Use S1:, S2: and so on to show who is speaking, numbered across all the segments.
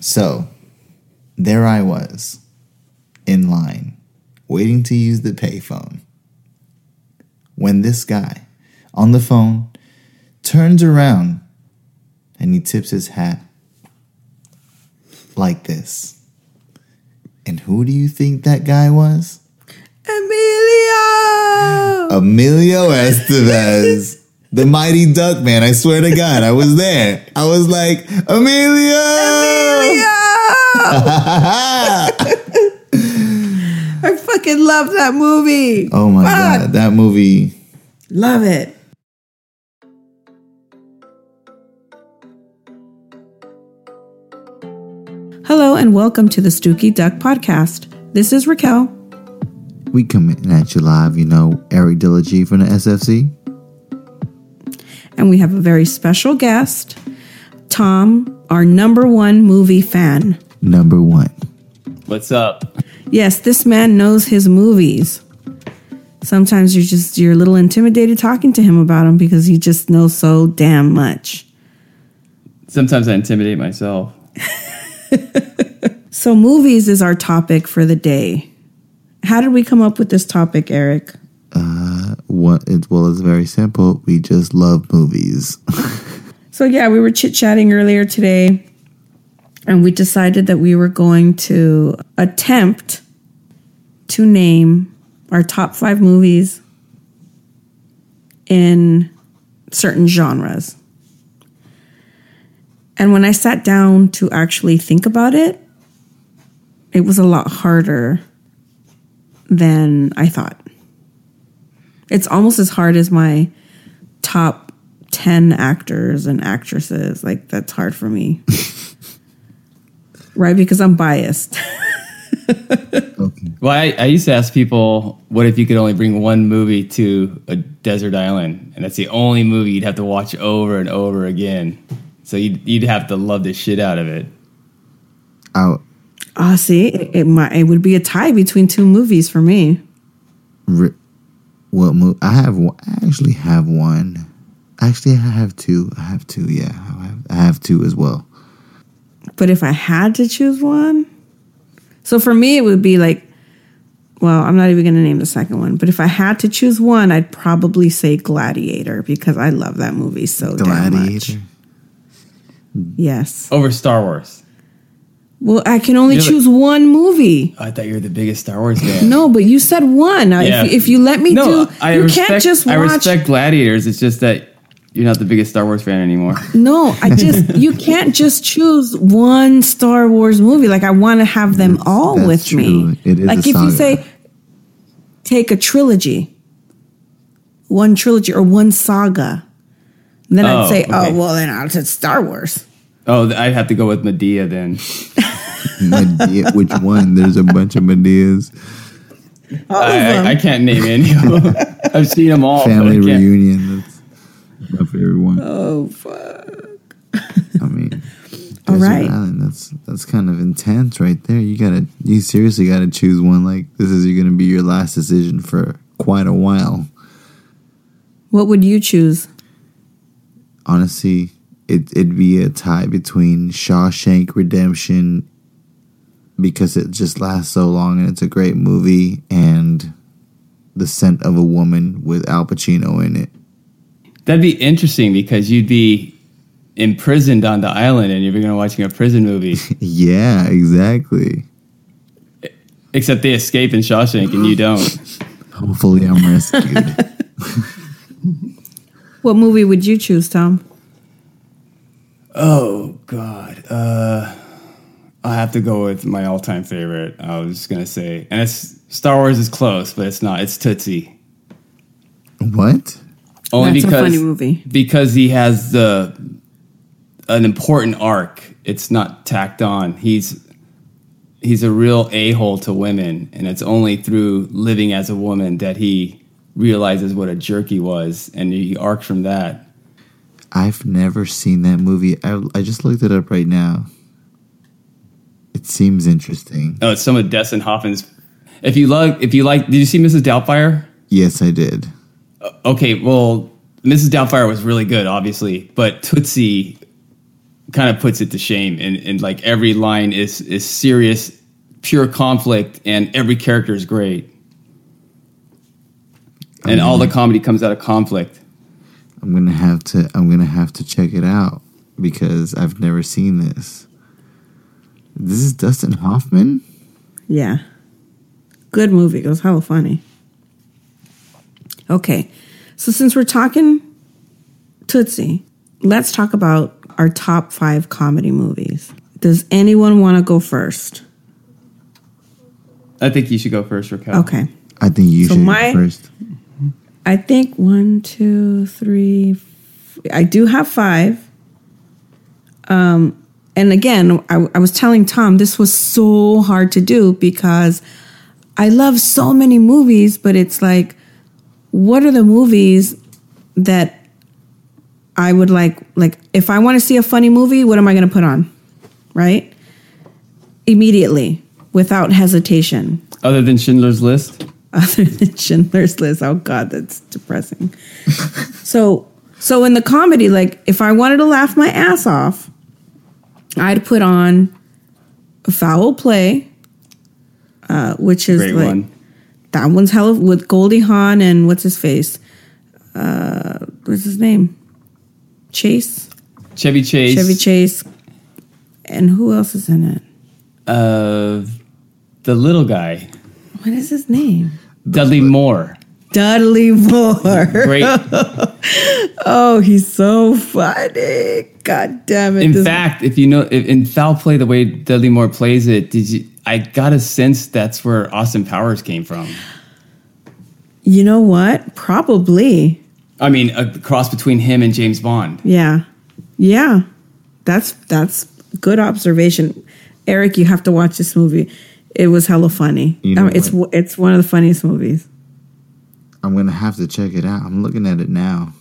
S1: So there I was in line, waiting to use the payphone. When this guy on the phone turns around and he tips his hat like this. And who do you think that guy was?
S2: Emilio!
S1: Emilio Estevez, the mighty duck man. I swear to God, I was there. I was like, Emilio!
S2: Emilio! I fucking love that movie.
S1: Oh my
S2: Fuck.
S1: God, that movie.
S2: Love it. Hello and welcome to the Stooky Duck Podcast. This is Raquel.
S1: We coming at you live, you know, Eric Dillagy from the SFC.
S2: and we have a very special guest, Tom, our number one movie fan.
S1: Number one.
S3: What's up?
S2: Yes, this man knows his movies. Sometimes you're just you're a little intimidated talking to him about them because he just knows so damn much.
S3: Sometimes I intimidate myself.
S2: So movies is our topic for the day. How did we come up with this topic, Eric?
S1: What, it, well, it's very simple. We just love movies.
S2: So yeah, we were chit-chatting earlier today and we decided that we were going to attempt to name our top 5 movies in certain genres. And when I sat down to actually think about it, it was a lot harder than I thought. It's almost as hard as my top 10 actors and actresses. Like, that's hard for me. right? Because I'm biased.
S3: Well, I, I used to ask people, what if you could only bring one movie to a desert island? And that's the only movie you'd have to watch over and over again. So you'd, you'd have to love the shit out of it.
S1: I,
S2: Ah, see, it, it, might, it would be a tie between two movies for me.
S1: re- what movie? I have one. I actually have one. Actually, I have two. I have two, yeah. I have, I have two as well.
S2: But if I had to choose one, so for me, it would be like, well, I'm not even going to name the second one. But if I had to choose one, I'd probably say Gladiator because I love that movie so damn much.
S1: Gladiator.
S2: Yes.
S3: Over Star Wars.
S2: Well, I can only
S3: You know,
S2: choose one movie.
S3: Oh, I thought you were the biggest Star Wars fan.
S2: No, but you said one. Now,
S3: Yeah.
S2: If, if you let me do, you
S3: respect,
S2: can't just watch.
S3: I respect Gladiators. It's just that you're not the biggest Star Wars fan anymore.
S2: No, I just you can't just choose one Star Wars movie. Like I want to have them all
S1: that's
S2: with me.
S1: true. It is
S2: like
S1: a
S2: if you
S1: saga.
S2: say take a trilogy, one trilogy or one saga, then I'd
S3: Oh,
S2: say,
S3: okay.
S2: oh well, then I'll say Star Wars.
S3: Oh, th- I'd have to go with Medea then.
S1: Medea, which one? There's a bunch of Medeas.
S2: All of
S3: I,
S2: them.
S3: I, I can't name any of them. I've seen them all. but I
S1: Family
S3: can't-
S1: reunion. That's my favorite one.
S2: oh fuck.
S1: I mean,
S2: All
S1: Desert
S2: right.
S1: Island, that's that's kind of intense right there. You gotta, you seriously gotta choose one. Like this is gonna be your last decision for quite a while.
S2: What would you choose?
S1: Honestly, it it'd be a tie between Shawshank Redemption because it just lasts so long and it's a great movie and the scent of a woman with Al Pacino in it.
S3: That'd be interesting because you'd be imprisoned on the island and you're going to watching a prison movie.
S1: Yeah, exactly.
S3: Except they escape in Shawshank and you don't.
S1: Hopefully, I'm rescued.
S2: What movie would you choose, Tom?
S3: Oh God. Uh, I have to go with my all-time favorite. I was just gonna say, and it's Star Wars is close, but it's not. It's Tootsie.
S1: what?
S3: Only
S2: That's a
S3: because
S2: funny movie.
S3: because he has the an important arc. It's not tacked on. He's he's a real a hole to women, and it's only through living as a woman that he realizes what a jerk he was, and he arcs from that.
S1: I've never seen that movie. I, I just looked it up right now. It seems interesting.
S3: Oh, it's some of Destin Hoffman's. If you love, if you like, did you see Mrs. Doubtfire?
S1: Yes, I did.
S3: Okay, well, Mrs. Doubtfire was really good, obviously, but Tootsie kind of puts it to shame and, and like every line is is serious pure conflict and every character is great and all
S2: Mm-hmm.
S3: the comedy comes out of conflict
S1: I'm gonna have to I'm gonna have to check it out because I've never seen this. This is Dustin Hoffman?
S2: Yeah. Good movie. It was hella funny. Okay. So since we're talking Tootsie, let's talk about our top five comedy movies. Does anyone want to go first?
S3: i think you should go first raquel
S2: Okay.
S1: I think you
S2: So
S1: should
S2: my-
S1: go first.
S2: I think one, two, three. f- I do have five. Um, and again, I, I was telling Tom this was so hard to do because I love so many movies, but it's like, what are the movies that I would like? Like, if I want to see a funny movie, what am I going to put on? Right? Immediately, without hesitation
S3: other than schindler's list
S2: other than Schindler's List. Oh God, that's depressing. so so in the comedy, like if I wanted to laugh my ass off, I'd put on Foul Play, uh, which is
S3: great
S2: like
S3: one
S2: that one's hell of, with Goldie Hawn and what's his face, uh, what's his name, Chase
S3: chevy chase
S2: Chevy Chase, and who else is in it?
S3: uh, the little guy
S2: What is his name?
S3: dudley moore
S2: Dudley Moore.
S3: great
S2: Oh, he's so funny. God damn it.
S3: in
S2: This-
S3: fact if you know if, in foul play the way dudley moore plays it did you i got a sense that's where austin powers came from
S2: you know what? Probably.
S3: i mean a cross between him and james bond
S2: Yeah. Yeah. That's that's good observation. Eric, you have to watch this movie. It was hella funny.
S1: You know
S2: I mean, it's w- it's one of the funniest movies.
S1: I'm gonna have to check it out. I'm looking at it now.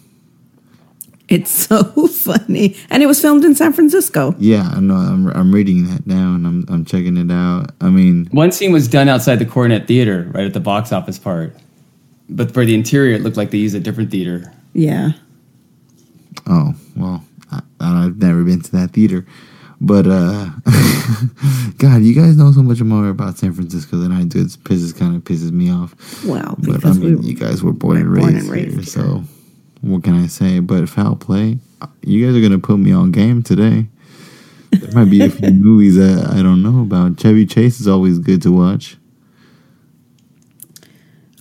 S2: It's so funny. And it was filmed in San Francisco.
S1: Yeah, I know. I'm I'm reading that now and I'm I'm checking it out. I mean,
S3: One scene was done outside the Coronet Theater, right at the box office part. But for the interior, it looked like they used a different theater.
S2: Yeah.
S1: oh well, I, I've never been to that theater, but uh, God, you guys know so much more about San Francisco than I do. It pisses kind of pisses me off.
S2: Well,
S1: But I
S2: because
S1: mean,
S2: we
S1: you guys were born and
S2: we're born
S1: raised,
S2: and raised
S1: here,
S2: here.
S1: so what can I say? But foul play, you guys are gonna put me on game today. There might be a few movies that I don't know about. Chevy Chase is always good to watch.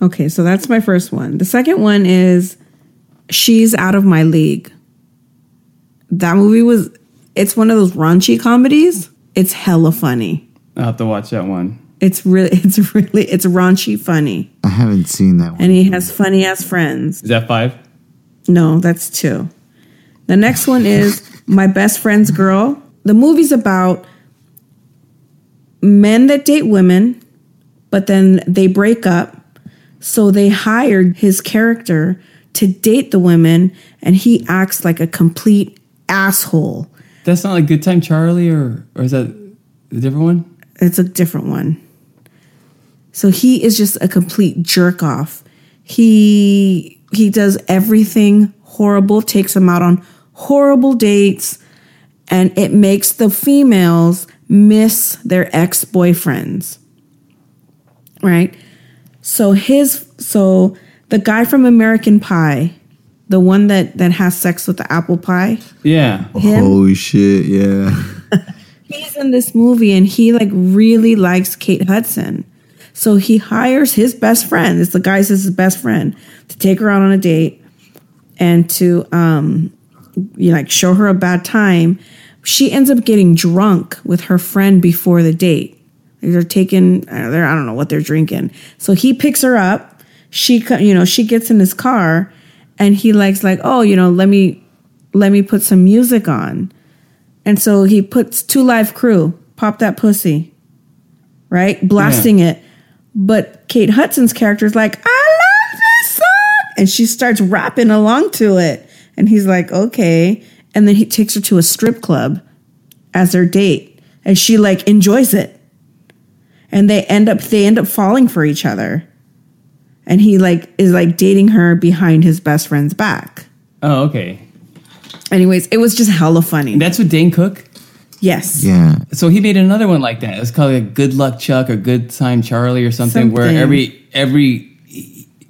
S2: Okay, so that's my first one. The second one is She's Out of My League. That movie was it's one of those raunchy comedies. It's hella funny.
S3: I'll have to watch that one.
S2: It's really it's really it's raunchy funny.
S1: I haven't seen that one.
S2: And he has funny ass friends.
S3: Is that five?
S2: No, that's two. The next one is My Best Friend's Girl. The movie's about men that date women, but then they break up. So they hired his character to date the women, and he acts like a complete asshole.
S3: That's not like Good Time Charlie, or or is that a different one?
S2: It's a different one. So he is just a complete jerk off. He he does everything horrible, takes him out on horrible dates, and it makes the females miss their ex-boyfriends. Right? So his so the guy from American Pie, the one that that has sex with the apple pie,
S3: Yeah.
S2: him?
S1: Holy shit! Yeah.
S2: he's in this movie and he like really likes Kate Hudson. So he hires his best friend. It's the guy's his best friend to take her out on a date and to um you know, like show her a bad time. She ends up getting drunk with her friend before the date. They're taking uh, they're I don't know what they're drinking. So he picks her up. She co- you know, she gets in his car and he likes like, "Oh, you know, let me let me put some music on." And so he puts two live crew, pop that pussy, right? Blasting it. But Kate Hudson's character is like, I love this song. And she starts rapping along to it. And he's like, okay. And then he takes her to a strip club as their date. And she like enjoys it. And they end up they end up falling for each other. And he like is like dating her behind his best friend's back.
S3: Oh, okay.
S2: Anyways, it was just hella funny.
S3: That's with Dane Cook.
S2: Yes.
S1: Yeah.
S3: So he made another one like that. It was called like Good Luck Chuck or Good Time Charlie or something, where
S2: Something.
S3: every every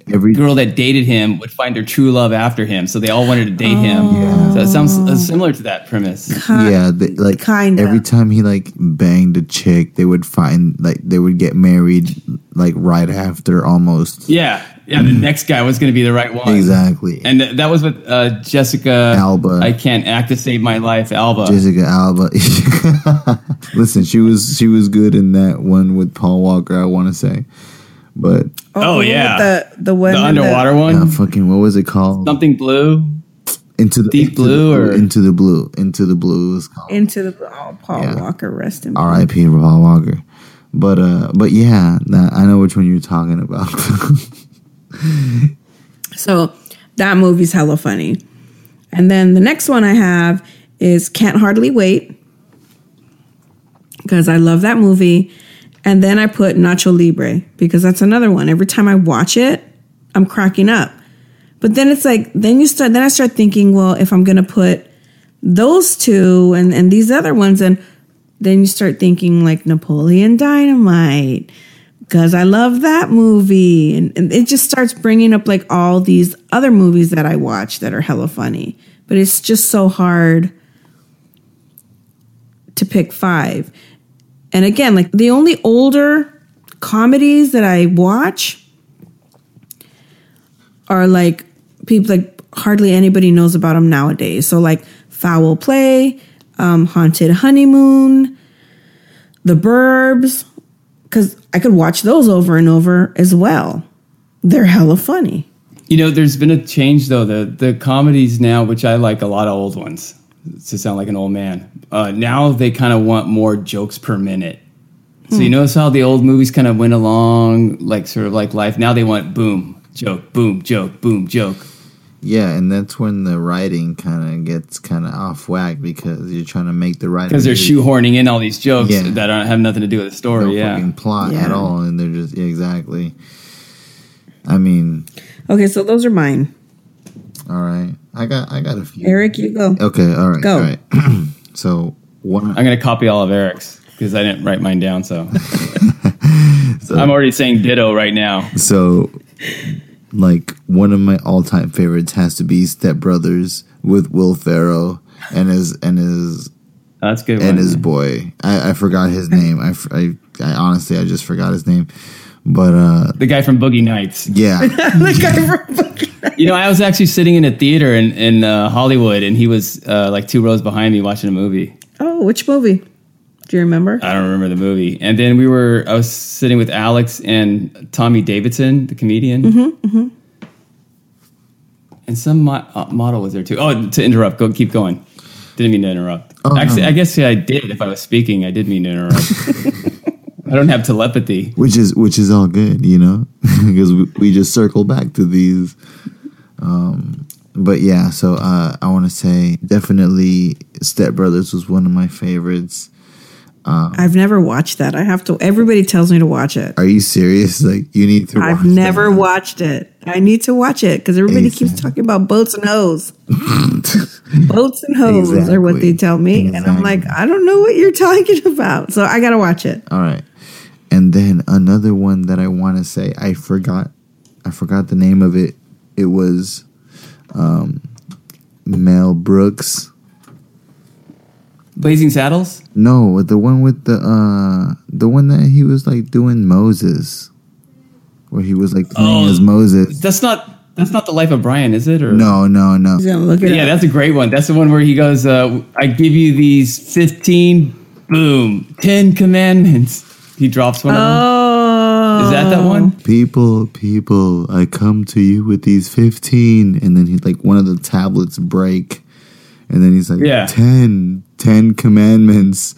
S1: Every
S3: girl that dated him would find her true love after him. So they all wanted to date
S1: Oh.
S3: him. So it sounds uh, similar to that premise.
S2: Ki-
S1: yeah, they, like
S2: kinda.
S1: every time he like banged a chick, they would find like they would get married like right after almost.
S3: Yeah, yeah. The next guy was going to be the right one.
S1: Exactly.
S3: And th- that was with uh, Jessica
S1: Alba.
S3: I can't act to save my life. Alba.
S1: Jessica Alba. Listen, she was she was good in that one with Paul Walker, I want to say. But
S3: Oh,
S2: what
S3: yeah.
S2: about The the one
S3: the
S2: in
S3: underwater one.
S1: uh, fucking what was it called?
S3: Something blue.
S1: Into the
S3: Deep
S1: Into the
S3: Blue or-
S1: Into the Blue. Into the Blue was called.
S2: into the oh, Paul
S1: Yeah.
S2: Walker rest in
S1: R.I.P. to Paul Walker. But uh, but yeah, that, I know which one you're talking about.
S2: So that movie's hella funny. And then the next one I have is Can't Hardly Wait because I love that movie. And then I put Nacho Libre because that's another one. Every time I watch it, I'm cracking up. But then it's like then you start then I start thinking, well, if I'm gonna put those two and, and these other ones, and then you start thinking like Napoleon Dynamite because I love that movie. And, and it just starts bringing up like all these other movies that I watch that are hella funny. But it's just so hard to pick five. And again, like the only older comedies that I watch are like people like hardly anybody knows about them nowadays. So like Foul Play, um, Haunted Honeymoon, The Burbs, because I could watch those over and over as well. They're hella funny.
S3: You know, there's been a change though. The the comedies now, which I like a lot of old ones, to sound like an old man. Uh, now they kind of want more jokes per minute. So
S1: Hmm.
S3: you notice how the old movies kind of went along, like sort of like life. Now they want boom joke, boom joke, boom joke.
S1: yeah, and that's when the writing kind of gets kind of off whack because you're trying to make the writing
S3: because they're
S1: really-
S3: shoehorning in all these jokes
S1: Yeah.
S3: that aren't, have nothing to do with the story.
S1: no
S3: yeah,
S1: fucking plot at
S2: Yeah.
S1: all, and they're just yeah, exactly. I mean,
S2: Okay, so those are mine.
S1: all right, I got I got a few.
S2: Eric, you go.
S1: Okay, all right,
S2: Go.
S1: all right. so one,
S3: I'm gonna copy all of Eric's because I didn't write mine down. So. I'm already saying ditto right now.
S1: so like one of my all time favorites has to be Step Brothers with Will Ferrell and his and his
S3: That's a good.
S1: and
S3: one.
S1: his boy. I, I forgot his name. I, f- I- I honestly I just forgot his name, but uh,
S3: the guy from Boogie Nights.
S1: yeah,
S2: Like I remember-
S3: You know, I was actually sitting in a theater in in uh, Hollywood, and he was uh, like two rows behind me watching a movie.
S2: oh, which movie? Do you remember?
S3: I don't remember the movie. And then we were, I was sitting with Alex and Tommy Davidson, the comedian.
S1: Mm-hmm,
S3: And some mo- uh, model was there too. Oh, to interrupt, go keep going. Didn't mean to interrupt.
S1: Oh,
S3: Actually,
S1: no.
S3: I guess yeah, I did. If I was speaking, I did mean to interrupt. I don't have telepathy.
S1: which is which is all good, you know, because we, we just circle back to these. Um, but yeah, so uh, I want to say definitely Step Brothers was one of my favorites. Um,
S2: I've never watched that. I have to. Everybody tells me to watch it.
S1: Are you serious? Like you need to.
S2: I've
S1: watch
S2: never
S1: that.
S2: watched it. I need to watch it because everybody keeps
S1: Exactly.
S2: talking about boats and hoes. boats and hoes are what
S1: Exactly.
S2: they tell me, and I'm like, I don't know what you're talking about. So I gotta watch it.
S1: All right. And then another one that I want to say, I forgot, I forgot the name of it. It was um, Mel Brooks.
S3: Blazing Saddles.
S1: No, the one with the uh, the one that he was like doing Moses, where he was like playing
S3: Oh.
S1: as Moses.
S3: That's not. That's not the life of Brian, is it? Or
S1: No, no, no.
S2: He's gonna look it
S3: Yeah,
S2: up.
S3: that's a great one. That's the one where he goes, uh, "I give you these fifteen, boom, ten commandments." He drops one. of
S2: Oh,
S3: them. Is that that
S1: Oh.
S3: one?
S1: People, people, I come to you with these fifteen, and then he like one of the tablets break, and then he's like,
S3: Yeah.
S1: ten, ten commandments.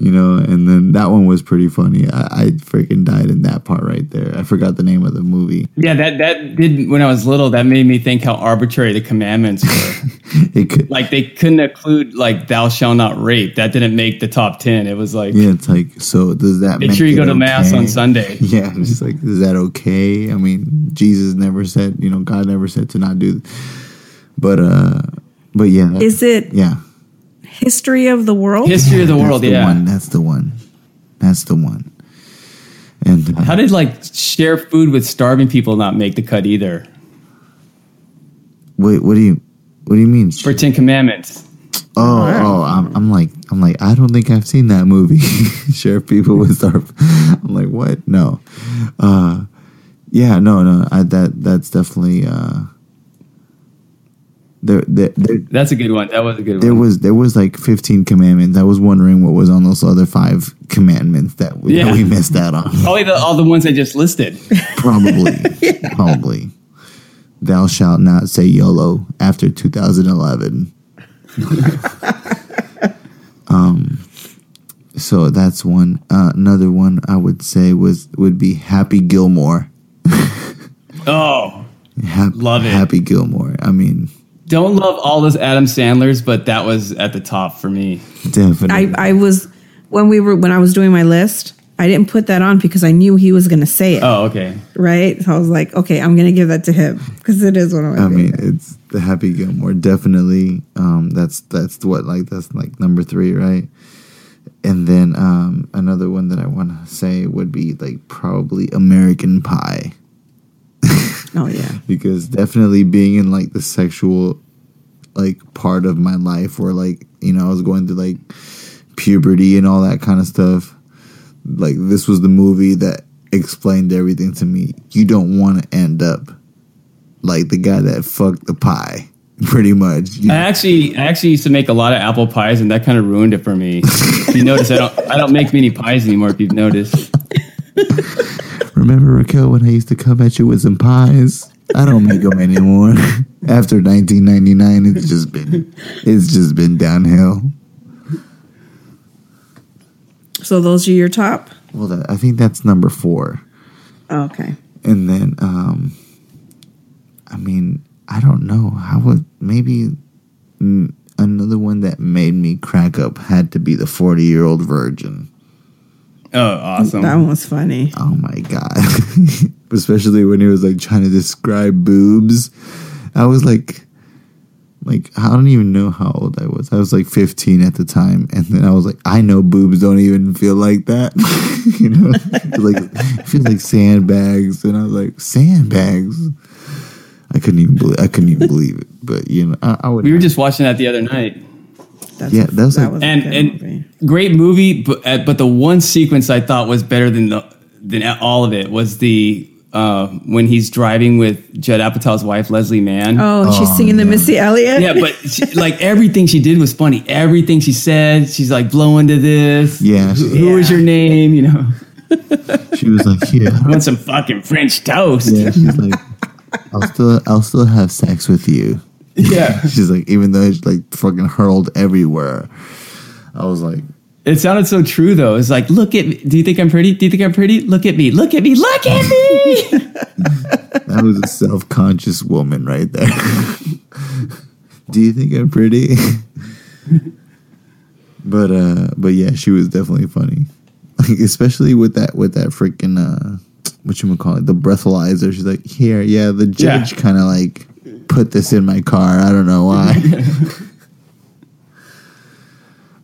S1: You know, and then that one was pretty funny. I, I freaking died in that part right there. I forgot the name of the movie.
S3: Yeah, that that did when I was little. That made me think how arbitrary the commandments were.
S1: It could,
S3: like they couldn't include like "Thou shall not rape." That didn't make the top ten. It was like
S1: yeah, it's like so. Does that
S3: make
S1: make
S3: sure you
S1: it
S3: go to mass
S1: okay?
S3: on Sunday.
S1: Yeah, I'm just like, is that okay? I mean, Jesus never said, you know, God never said to not do, but uh, but yeah,
S2: Is it
S1: yeah.
S2: History of the World.
S3: History of the
S1: That's
S3: World,
S1: the
S3: yeah.
S1: One. That's the one. That's the one. And uh,
S3: How did like share food with starving people not make the cut either?
S1: wait, what do you, what do you mean?
S3: For Ten Commandments.
S1: Oh, oh, I'm, I'm like, I'm like, I don't think I've seen that movie. Sheriff people with our, I'm like, what? No, uh, yeah, no, no, I, that that's definitely uh, there, there, there,
S3: That's a good one. That was a good
S1: there
S3: one.
S1: was there was like 15 commandments. I was wondering what was on those other five commandments that we, that
S3: Yeah.
S1: we missed out on.
S3: Probably the, all the ones I just listed.
S1: Probably, probably, thou shalt not say YOLO after 2011. Um, So that's one. Uh, another one I would say was would be Happy Gilmore.
S3: Oh,
S1: Hap-
S3: Love it.
S1: Happy Gilmore. I mean,
S3: don't love all those Adam Sandlers, but that was at the top for me.
S1: definitely.
S2: I, I was when we were when I was doing my list. I didn't put that on because I knew he was going to say it,
S3: Oh, okay.
S2: right? So I was like, okay, I'm going to give that to him because it is one of my
S1: I, mean,
S2: favorites.
S1: it's the Happy Gilmore. Definitely. Um, that's that's what like that's like number three, right? And then um, another one that I want to say would be like probably American Pie.
S2: Oh yeah,
S1: because definitely being in like the sexual like part of my life where like you know I was going through like puberty and all that kind of stuff like this was the movie that explained everything to me you don't want to end up like the guy that fucked the pie pretty much You-
S3: I actually, I actually used to make a lot of apple pies, and that kind of ruined it for me. If you notice, I don't, I don't make many pies anymore. If you've noticed,
S1: remember Raquel when I used to come at you with some pies I don't make them anymore after 1999 it's just been it's just been downhill
S2: so those are your top.
S1: well that, I think that's number 4
S2: Oh, okay,
S1: and then um i mean i don't know how would maybe mm, another one that made me crack up had to be the 40 year old virgin
S3: oh, awesome.
S2: that one was funny.
S1: oh my god especially when he was like trying to describe boobs i was like like i don't even know how old i was i was like 15 at the time and then i was like i know boobs don't even feel like that you know like it feels like sandbags and i was like sandbags i couldn't even believe i couldn't even believe it but you know i, I would
S3: We were just watching that the other night.
S2: That's
S1: Yeah, that was like-
S2: a
S3: and
S2: good
S3: and
S2: movie.
S3: great movie, but uh, but the one sequence I thought was better than the than all of it was the uh, when he's driving with Judd Apatow's wife Leslie Mann.
S2: Oh, she's singing the Missy Elliott.
S3: Yeah, but she, like everything she did was funny. Everything she said, she's like blowing to this.
S1: Yeah.
S3: Who, who is
S2: Yeah.
S3: your name? You know,
S1: she was like yeah
S3: I want some fucking French toast.
S1: yeah she's like i'll still i'll still have sex with you
S3: yeah.
S1: She's like, even though it's like fucking hurled everywhere. I was like,
S3: It sounded so true though. It's like, look at me. Do you think I'm pretty? Do you think I'm pretty? Look at me. Look at me. Look at me.
S1: that was a self conscious woman right there. Do you think I'm pretty? but uh but yeah, she was definitely funny. Like especially with that with that freaking uh what you call it, the breathalyzer. She's like, here, yeah, the
S3: Yeah.
S1: judge kinda like put this in my car. I don't know why.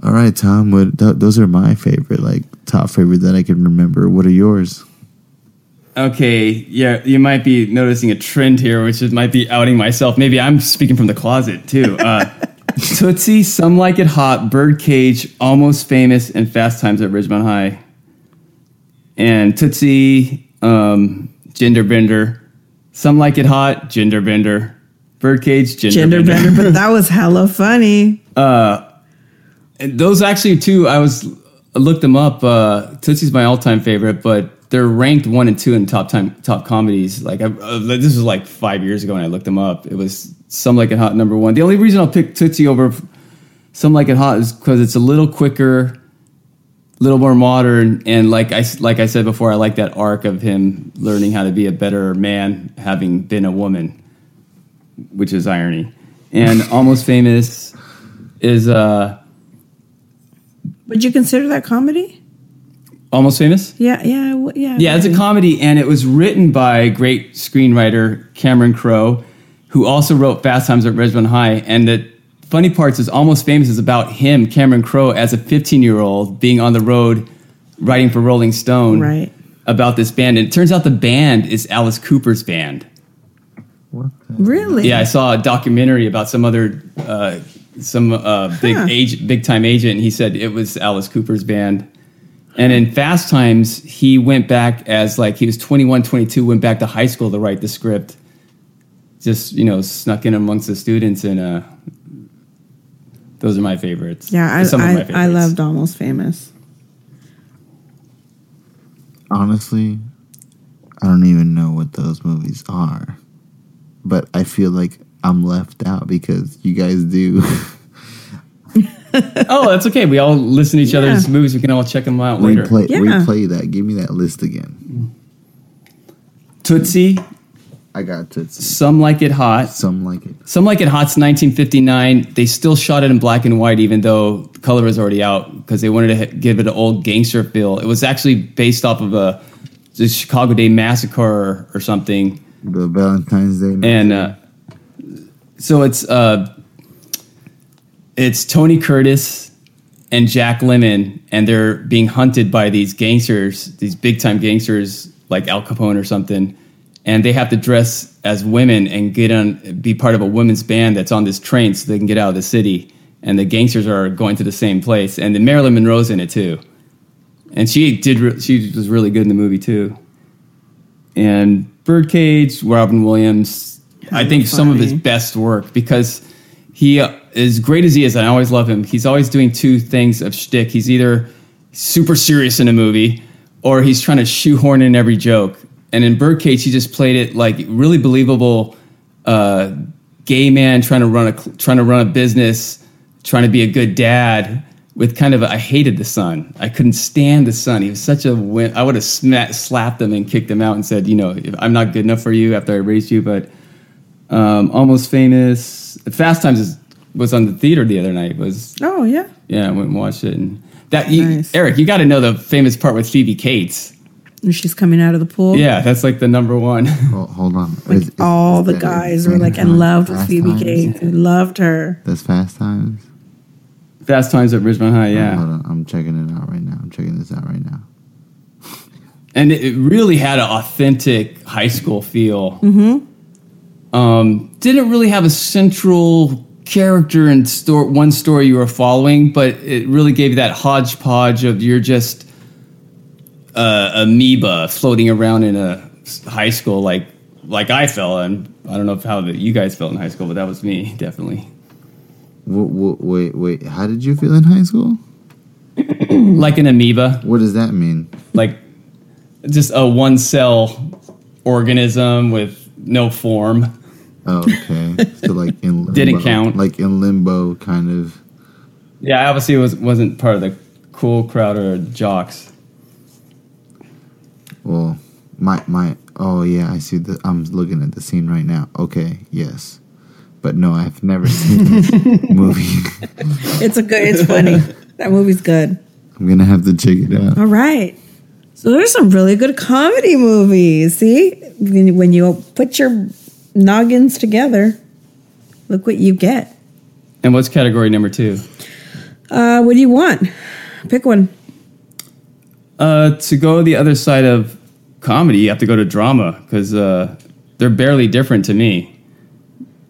S1: All right, Tom. What th- those are my favorite, like top favorite that I can remember. What are yours?
S3: okay. Yeah. You might be noticing a trend here, which is might be outing myself. Maybe I'm speaking from the closet too. Uh, Tootsie, Some Like It Hot, Birdcage, Almost Famous, and Fast Times at Ridgemont High. And Tootsie, um, Gender Bender, Some Like It Hot, Gender Bender, Birdcage, Gender,
S2: Gender
S3: Bender.
S2: bender, but that was hella funny.
S3: And those actually too. I was I looked them up. Uh, Tootsie's my all-time favorite, but they're ranked one and two in top time top comedies. Like I, uh, this was like five years ago when I looked them up. It was some like it hot number one. The only reason I'll pick Tootsie over some like it hot is because it's a little quicker, a little more modern, and like I s- like I said before, I like that arc of him learning how to be a better man having been a woman, which is irony. And almost famous is uh.
S2: Would you consider that comedy?
S3: Almost Famous?
S2: Yeah, yeah, I would- yeah. I
S3: Yeah, it's a
S2: would.
S3: comedy, and it was written by great screenwriter Cameron Crowe, who also wrote Fast Times at Ridgemont High. And the funny parts is almost famous is about him, Cameron Crowe, as a 15 year old being on the road writing for Rolling Stone
S2: Right.
S3: about this band. And it turns out the band is Alice Cooper's band.
S1: What the?
S2: Really?
S3: Yeah, I saw a documentary about some other uh, some uh, big
S2: Huh.
S3: age big time agent, and he said it was Alice Cooper's band. And in Fast Times, he went back as like he was 21, 22, went back to high school to write the script. Just you know, snuck in amongst the students, and uh, those are my favorites.
S2: Yeah,
S3: Some of my
S2: I,
S3: favorites.
S2: I, I loved Almost Famous.
S1: Honestly, I don't even know what those movies are. But I feel like I'm left out because you guys do.
S3: Oh, that's okay. We all listen to each
S2: Yeah.
S3: other's movies. We can all check them out later.
S1: replay,
S2: Yeah.
S1: replay that. Give me that list again.
S3: Tootsie,
S1: I got Tootsie.
S3: Some Like It Hot,
S1: Some like it.
S3: Some Like It Hot's 1959. They still shot it in black and white, even though color was already out because they wanted to h- give it an old gangster feel. It was actually based off of a the Chicago Day Massacre or something,
S1: The Valentine's Day.
S3: and uh, so it's uh, it's Tony Curtis and Jack Lemmon, and they're being hunted by these gangsters, these big time gangsters like Al Capone or something, and they have to dress as women and get on, be part of a women's band that's on this train so they can get out of the city. And the gangsters are going to the same place, and then Marilyn Monroe's in it too, and she did, re- she was really good in the movie too. And Birdcage, Robin Williams, I think some of his
S2: funny.
S3: best work because he uh, as great as he is, and I always love him. He's always doing two things of shtick. He's either super serious in a movie, or he's trying to shoehorn in every joke. And in Birdcage, he just played it like really believable, uh, gay man trying to run a cl- trying to run a business, trying to be a good dad. With kind of, a, I hated the son. I couldn't stand the son. He was such a win. I would have sma- slapped him and kicked him out and said, you know, if I'm not good enough for you after I raised you, but um, almost famous. Fast Times is, was on the theater the other night. Was
S2: Oh, yeah.
S3: yeah, I went and watched it. And that you,
S2: Nice.
S3: Eric, you got to know the famous part with Phoebe Cates.
S2: And she's coming out of the pool.
S3: Yeah, that's like the number one.
S1: Hol- hold on.
S2: Like
S1: Is- is-
S2: all
S1: is
S2: the
S1: that
S2: guys
S1: in
S2: were like in
S1: Fast
S2: love with
S1: Times?
S2: Phoebe Cates. They Loved her.
S1: That's Fast Times.
S3: Fast Times at Ridgemont High.
S1: Hold
S3: Yeah,
S1: on. I'm checking it out right now. I'm checking this out right now.
S3: and it, it really had an authentic high school feel. Mm-hmm. Um, didn't really have a central character and store one story you were following, but it really gave you that hodgepodge of you're just uh, amoeba floating around in a s- high school like like I felt, and I don't know if how that you guys felt in high school, but that was me definitely.
S1: Wait, wait, wait. How did you feel in high school?
S3: Like an amoeba,
S1: What does that mean?
S3: like just a one cell organism with no form.
S1: Oh, okay. so like in limbo,
S3: Didn't count.
S1: Like in limbo, kind of.
S3: Yeah, I obviously was wasn't part of the cool crowd or jocks.
S1: Well, my my. Oh yeah, I see. The, I'm looking at the scene right now. Okay, yes, but no, I've never seen this movie.
S2: It's a good. It's funny. that movie's good.
S1: I'm gonna have to check it out.
S2: All right. So there's some really good comedy movies. See, when when you put your noggins together, look what you get.
S3: And what's category number two?
S2: Uh, what do you want? Pick one.
S3: Uh, to go the other side of comedy, you have to go to drama because uh, they're barely different to me.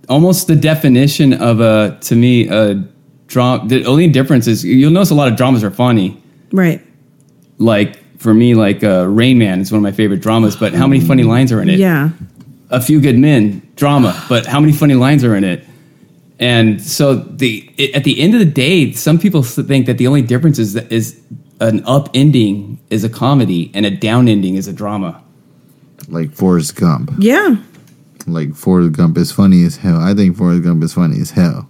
S3: Almost the definition of a to me a drama. The only difference is you'll notice a lot of dramas are funny.
S2: Right.
S3: Like for me, like uh, Rain Man is one of my favorite dramas. But how many funny lines are in it?
S2: Yeah.
S3: A Few Good Men drama, but how many funny lines are in it? And so the it, at the end of the day, some people s- think that the only difference is that is an up ending is a comedy and a down ending is a drama.
S1: Like Forrest Gump.
S2: Yeah.
S1: Like Forrest Gump is funny as hell. I think Forrest Gump is funny as hell,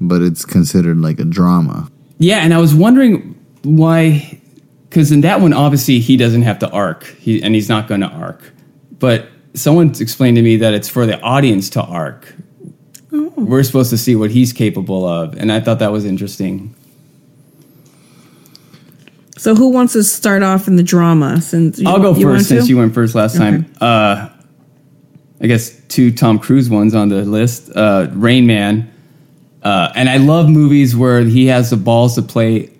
S1: but it's considered like a drama.
S3: Yeah, and I was wondering why, because in that one, obviously he doesn't have to arc, he, and he's not going to arc. But someone explained to me that it's for the audience to arc. We're supposed to see what he's capable of, and I thought that was interesting.
S2: So who wants to start off in the drama? Since you,
S3: I'll go
S2: you want
S3: first since
S2: to?
S3: you went first last time. Uh, I guess two Tom Cruise ones on the list. Uh, Rain Man. Uh, and I love movies where he has the balls to play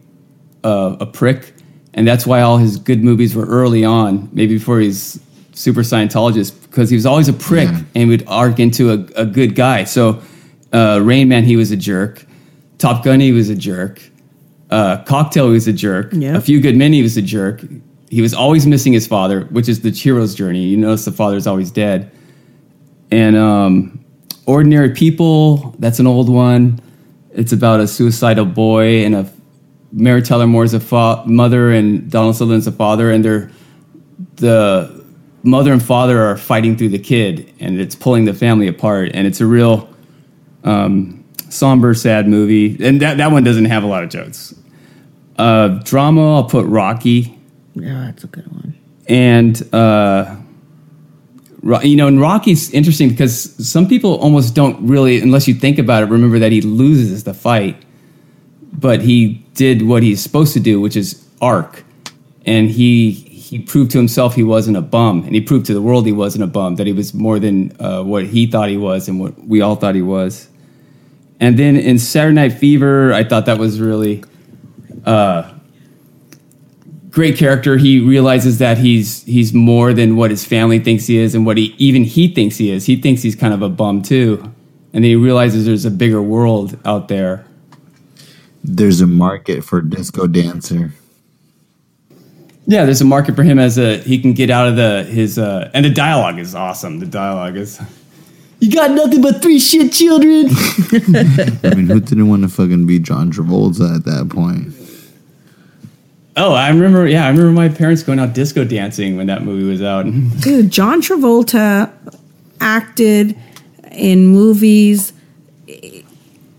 S3: uh, a prick, and that's why all his good movies were early on, maybe before he's super Scientologist, because he was always a prick
S1: Yeah.
S3: and would arc into a, a good guy. So, uh, Rain Man, he was a jerk. Top Gun, he was a jerk. Uh, Cocktail, he was a jerk.
S2: Yep.
S3: A Few Good Men, he was a jerk. He was always missing his father, which is the hero's journey. You notice the father's always dead. And um, Ordinary People, that's an old one. It's about a suicidal boy and a Mary Tyler Moore's a fa- mother and Donald Sutherland's a father, and they're the mother and father are fighting through the kid, and it's pulling the family apart, and it's a real um, somber, sad movie. And that that one doesn't have a lot of jokes. Uh, drama, I'll put Rocky
S2: Yeah, that's a good one.
S3: and uh, Ro- you know, and Rocky's interesting because some people almost don't really, unless you think about it, remember that he loses the fight, but he did what he's supposed to do, which is arc, and he he proved to himself he wasn't a bum, and he proved to the world he wasn't a bum, that he was more than uh, what he thought he was and what we all thought he was. And then in Saturday Night Fever, I thought that was really uh, great character. He realizes that he's he's more than what his family thinks he is, and what he even he thinks he is. He thinks he's kind of a bum too, and then he realizes there's a bigger world out there.
S1: There's a market for disco dancer.
S3: Yeah, there's a market for him as a he can get out of the his uh, and the dialogue is awesome. The dialogue is. You got nothing but three shit children.
S1: I mean, who didn't want to fucking be John Travolta at that point?
S3: oh, I remember. Yeah, I remember my parents going out disco dancing when that movie was out.
S2: Dude, John Travolta acted in movies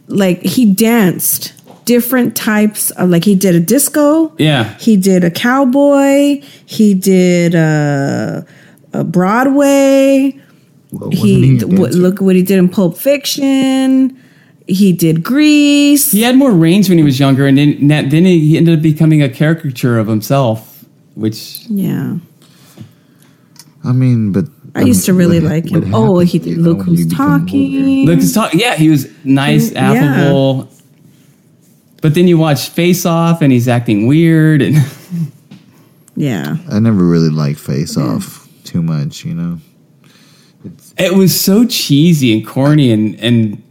S2: like he danced different types of like he did a disco.
S3: Yeah.
S2: He did a cowboy, he did a, a Broadway.
S1: Well, wasn't
S2: He,
S1: a
S2: w-
S1: dancer?
S2: look what he did in Pulp Fiction. He did Grease.
S3: he had more range when he was younger, and then then he ended up becoming a caricature of himself, which
S2: Yeah.
S1: I mean, but um,
S2: I used to really like him. Oh, he
S1: did.
S2: did Look Who's Talking.
S3: Look, his talk. Yeah, he was nice,
S2: Mm, yeah.
S3: affable. But then you watch Face Off, and he's acting weird. And
S2: Yeah.
S1: I never really liked Face Off too much, you know.
S3: it was so cheesy and corny, and and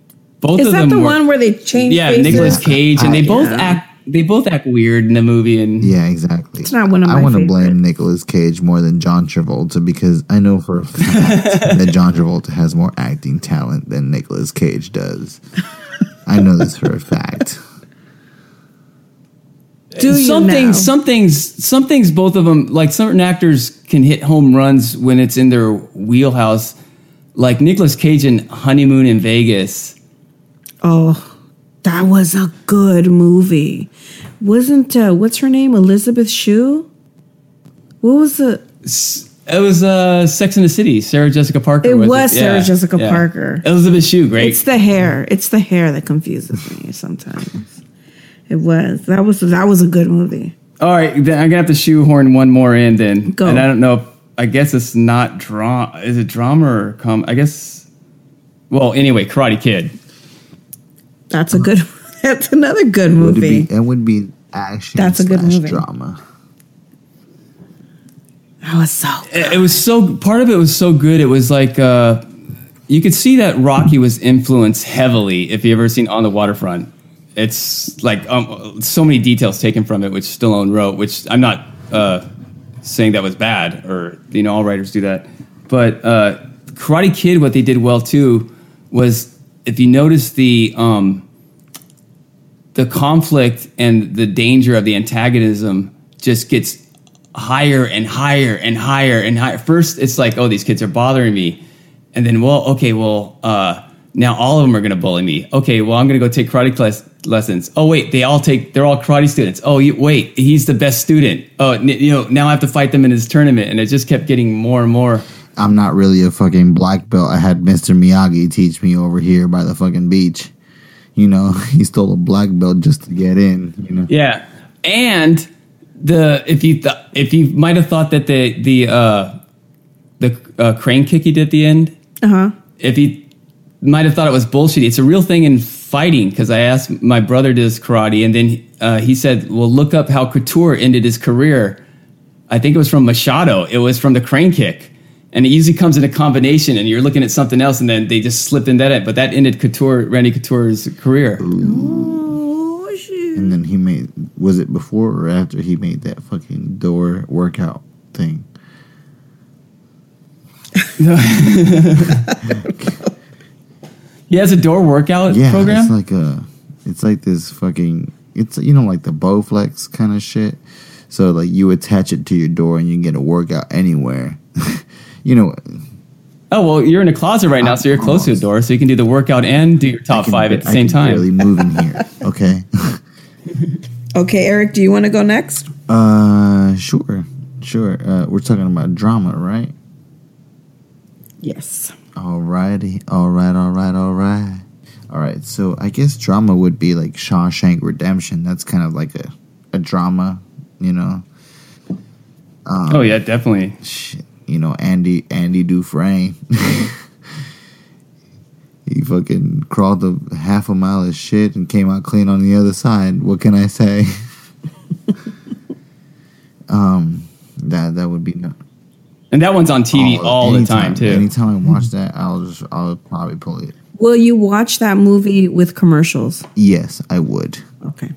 S3: both
S2: Is
S3: of
S2: that
S3: them
S2: the
S3: were,
S2: one where they changed
S3: yeah,
S2: faces?
S3: Nicolas Cage, and they both
S2: Yeah.
S3: act they both act weird in the movie, and
S1: Yeah, exactly. It's
S2: not one of
S1: I
S2: my
S1: wanna blame
S2: favorites.
S1: Nicolas Cage more than John Travolta because I know for a fact that John Travolta has more acting talent than Nicolas Cage does. I know this for a fact.
S2: Do you
S3: some
S2: now?
S3: things, some things, some things. Both of them, like certain actors, can hit home runs when it's in their wheelhouse. Like Nicolas Cage in Honeymoon in Vegas.
S2: Oh, that was a good movie. Wasn't uh, what's her name? Elizabeth Shue. What was the?
S3: It was uh, Sex in the City, Sarah Jessica Parker.
S2: It
S3: was,
S2: was Sarah Jessica Parker.
S3: Elizabeth Shue, great.
S2: It's the hair. It's the hair that confuses me sometimes. It was that was that was a good movie.
S3: All right, then I'm gonna have to shoehorn one more in. Then,
S2: Go.
S3: and I don't know. If, I guess it's not drama. Is it drama or com? I guess. Well, anyway, Karate Kid.
S2: That's a good. That's another good
S1: Would it
S2: movie.
S1: be? It would be action.
S2: That's a good
S1: slash
S2: movie.
S1: drama.
S2: That was so.
S3: It, it was so. Part of it was so good. It was like uh, you could see that Rocky was influenced heavily. If you ever seen On the Waterfront, it's like um, so many details taken from it, which Stallone wrote. Which I'm not uh, saying that was bad, or you know, all writers do that. But uh, Karate Kid, what they did well too was if you notice the um, the conflict and the danger of the antagonism just gets higher and higher and higher and higher. First, it's like, oh, these kids are bothering me, and then, well, okay, well, uh, now all of them are going to bully me. Okay, well, I'm going to go take karate class lessons. Oh, wait, they all take, they're all karate students. Oh, you, wait, he's the best student. Oh, n- you know, now I have to fight them in his tournament, and it just kept getting more and more.
S1: I'm not really a fucking black belt. I had Mr. Miyagi teach me over here by the fucking beach. You know, he stole a black belt just to get in. You know,
S3: Yeah, and the if you th- if you might have thought that the the uh, the uh, crane kick he did at the end,
S2: Uh huh.
S3: if you might have thought it was bullshit, it's a real thing in fighting because I asked my brother does karate, and then uh, he said, "Well, look up how Couture ended his career." I think it was from Machado. It was from the crane kick, and it usually comes in a combination, and you're looking at something else, and then they just slipped in that. In. But that ended Couture, Randy Couture's career.
S2: Oh shoot!
S1: And then he made was it before or after he made that fucking door workout thing?
S3: He has a door workout
S1: Yeah,
S3: program.
S1: it's like a, it's like this fucking, it's you know like the Bowflex kind of shit. So like you attach it to your door and you can get a workout anywhere. you know,
S3: oh well, you're in a closet right now, so you're close to a
S1: Almost.
S3: door, so you can do the workout and do your top five at the
S1: I
S3: same
S1: can
S3: time.
S1: Barely move in here. Okay.
S2: Okay, Eric, do you want to go next?
S1: uh, sure, sure. Uh, we're talking about drama, right?
S2: Yes.
S1: Alrighty, all right, all right, all right, all right. So I guess drama would be like Shawshank Redemption. That's kind of like a, a drama, you know.
S3: oh yeah, definitely.
S1: Shit, you know Andy Andy Dufresne. he fucking crawled a half a mile of shit and came out clean on the other side. What can I say? um, that that would be no-
S3: And that one's on TV all, the time
S1: Oh, anytime-
S3: too.
S1: Anytime I watch that, I'll just I'll probably pull it.
S2: Will you watch that movie with commercials?
S1: Yes, I would.
S2: Okay.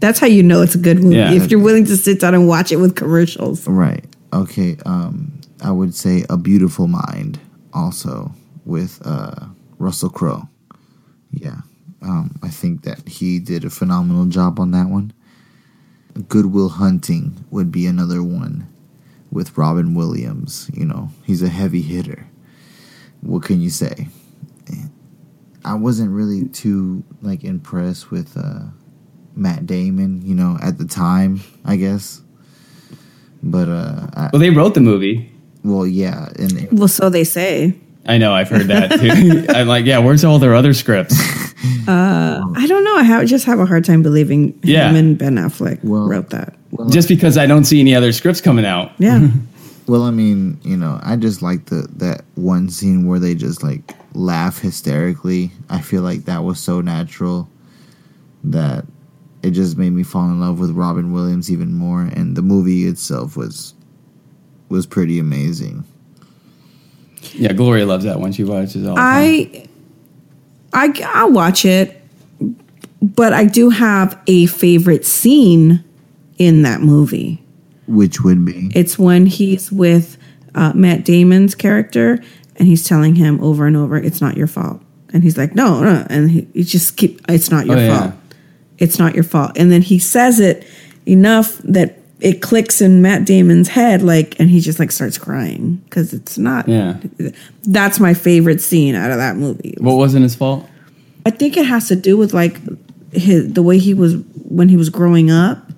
S2: That's how you know it's a good movie
S3: Yeah.
S2: if you're willing to sit down and watch it with commercials.
S1: Right. Okay. Um, I would say A Beautiful Mind also with uh, Russell Crowe. Yeah. Um, I think that he did a phenomenal job on that one. Goodwill Hunting would be another one with Robin Williams. You know, he's a heavy hitter. What can you say? I wasn't really too like impressed with uh, Matt Damon, you know, at the time, I guess. But uh, I,
S3: Well, they wrote the movie.
S1: well, yeah, and it-
S2: Well, so they say.
S3: I know, I've heard that too. I'm like, yeah, where's all their other scripts?
S1: Oh.
S2: I don't know. I have, just have a hard time believing
S3: Yeah.
S2: him and Ben Affleck
S1: Well-
S2: wrote that.
S1: well,
S3: Just because I don't see any other scripts coming out.
S2: Yeah.
S1: well, I mean, you know, I just like the that one scene where they just like laugh hysterically. I feel like that was so natural that it just made me fall in love with Robin Williams even more, and the movie itself was was pretty amazing.
S3: Yeah, Gloria loves that one. She watches all. the time.
S2: I, I, I'll watch it, but I do have a favorite scene in that movie.
S1: Which would be
S2: It's when he's with uh, Matt Damon's character and he's telling him over and over, it's not your fault. And he's like, no, no. And he, he just keep, it's not your
S3: Oh, yeah.
S2: fault. It's not your fault. And then he says it enough that it clicks in Matt Damon's head, like, and he just like starts crying because it's not.
S3: Yeah.
S2: That's my favorite scene out of that movie.
S3: What wasn't his fault?
S2: I think it has to do with like his, the way he was when he was growing up,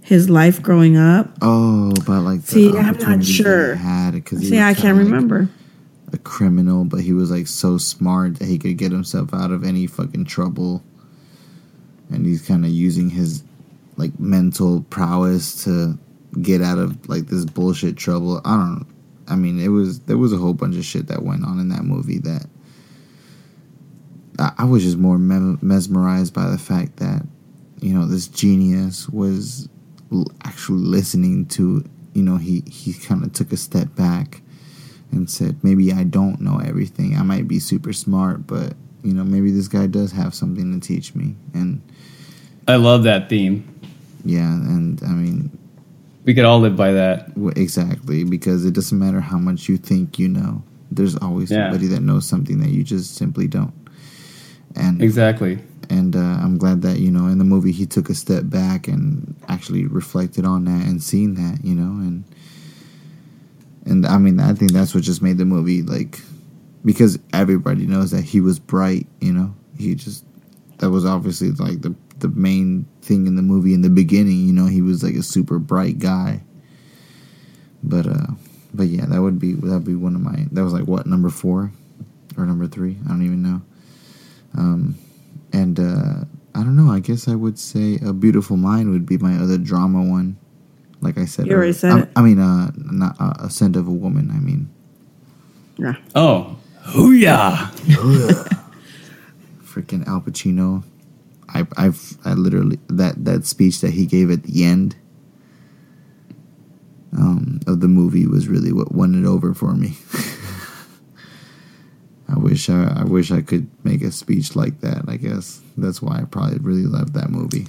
S2: his life growing up.
S1: oh, but like the
S2: See, I'm not
S1: opportunities that he
S2: sure.
S1: Had because
S2: See, I can't remember.
S1: a criminal, but he was like so smart that he could get himself out of any fucking trouble. And he's kind of using his like mental prowess to get out of like this bullshit trouble. I don't. I mean, it was there was a whole bunch of shit that went on in that movie that I, I was just more me- mesmerized by the fact that you know this genius was l- actually listening to you know he he kind of took a step back and said, maybe I don't know everything. I might be super smart, but you know, maybe this guy does have something to teach me. And
S3: I love that theme.
S1: yeah, and I mean,
S3: We could all live by that.
S1: w- exactly, because it doesn't matter how much you think you know. There's always
S3: Yeah.
S1: somebody that knows something that you just simply don't. And
S3: Exactly.
S1: and uh, I'm glad that you know in the movie he took a step back and actually reflected on that and seen that you know and and I mean I think that's what just made the movie like because everybody knows that he was bright you know he just that was obviously like the the main thing in the movie in the beginning you know he was like a super bright guy but uh but yeah that would be that would be one of my that was like what number 4 or number 3 I don't even know Um, and uh, I don't know. I guess I would say "A Beautiful Mind" would be my other drama one. Like I said,
S2: You already
S1: earlier.
S2: said
S1: I,
S2: it.
S1: I mean, uh, not uh, "A Scent of a Woman." I mean,
S2: Yeah.
S3: Oh, hooyah!
S1: freaking Al Pacino. I I I literally that that speech that he gave at the end um, of the movie was really what won it over for me. I wish I, I wish I could make a speech like that. I guess that's why I probably really loved that movie.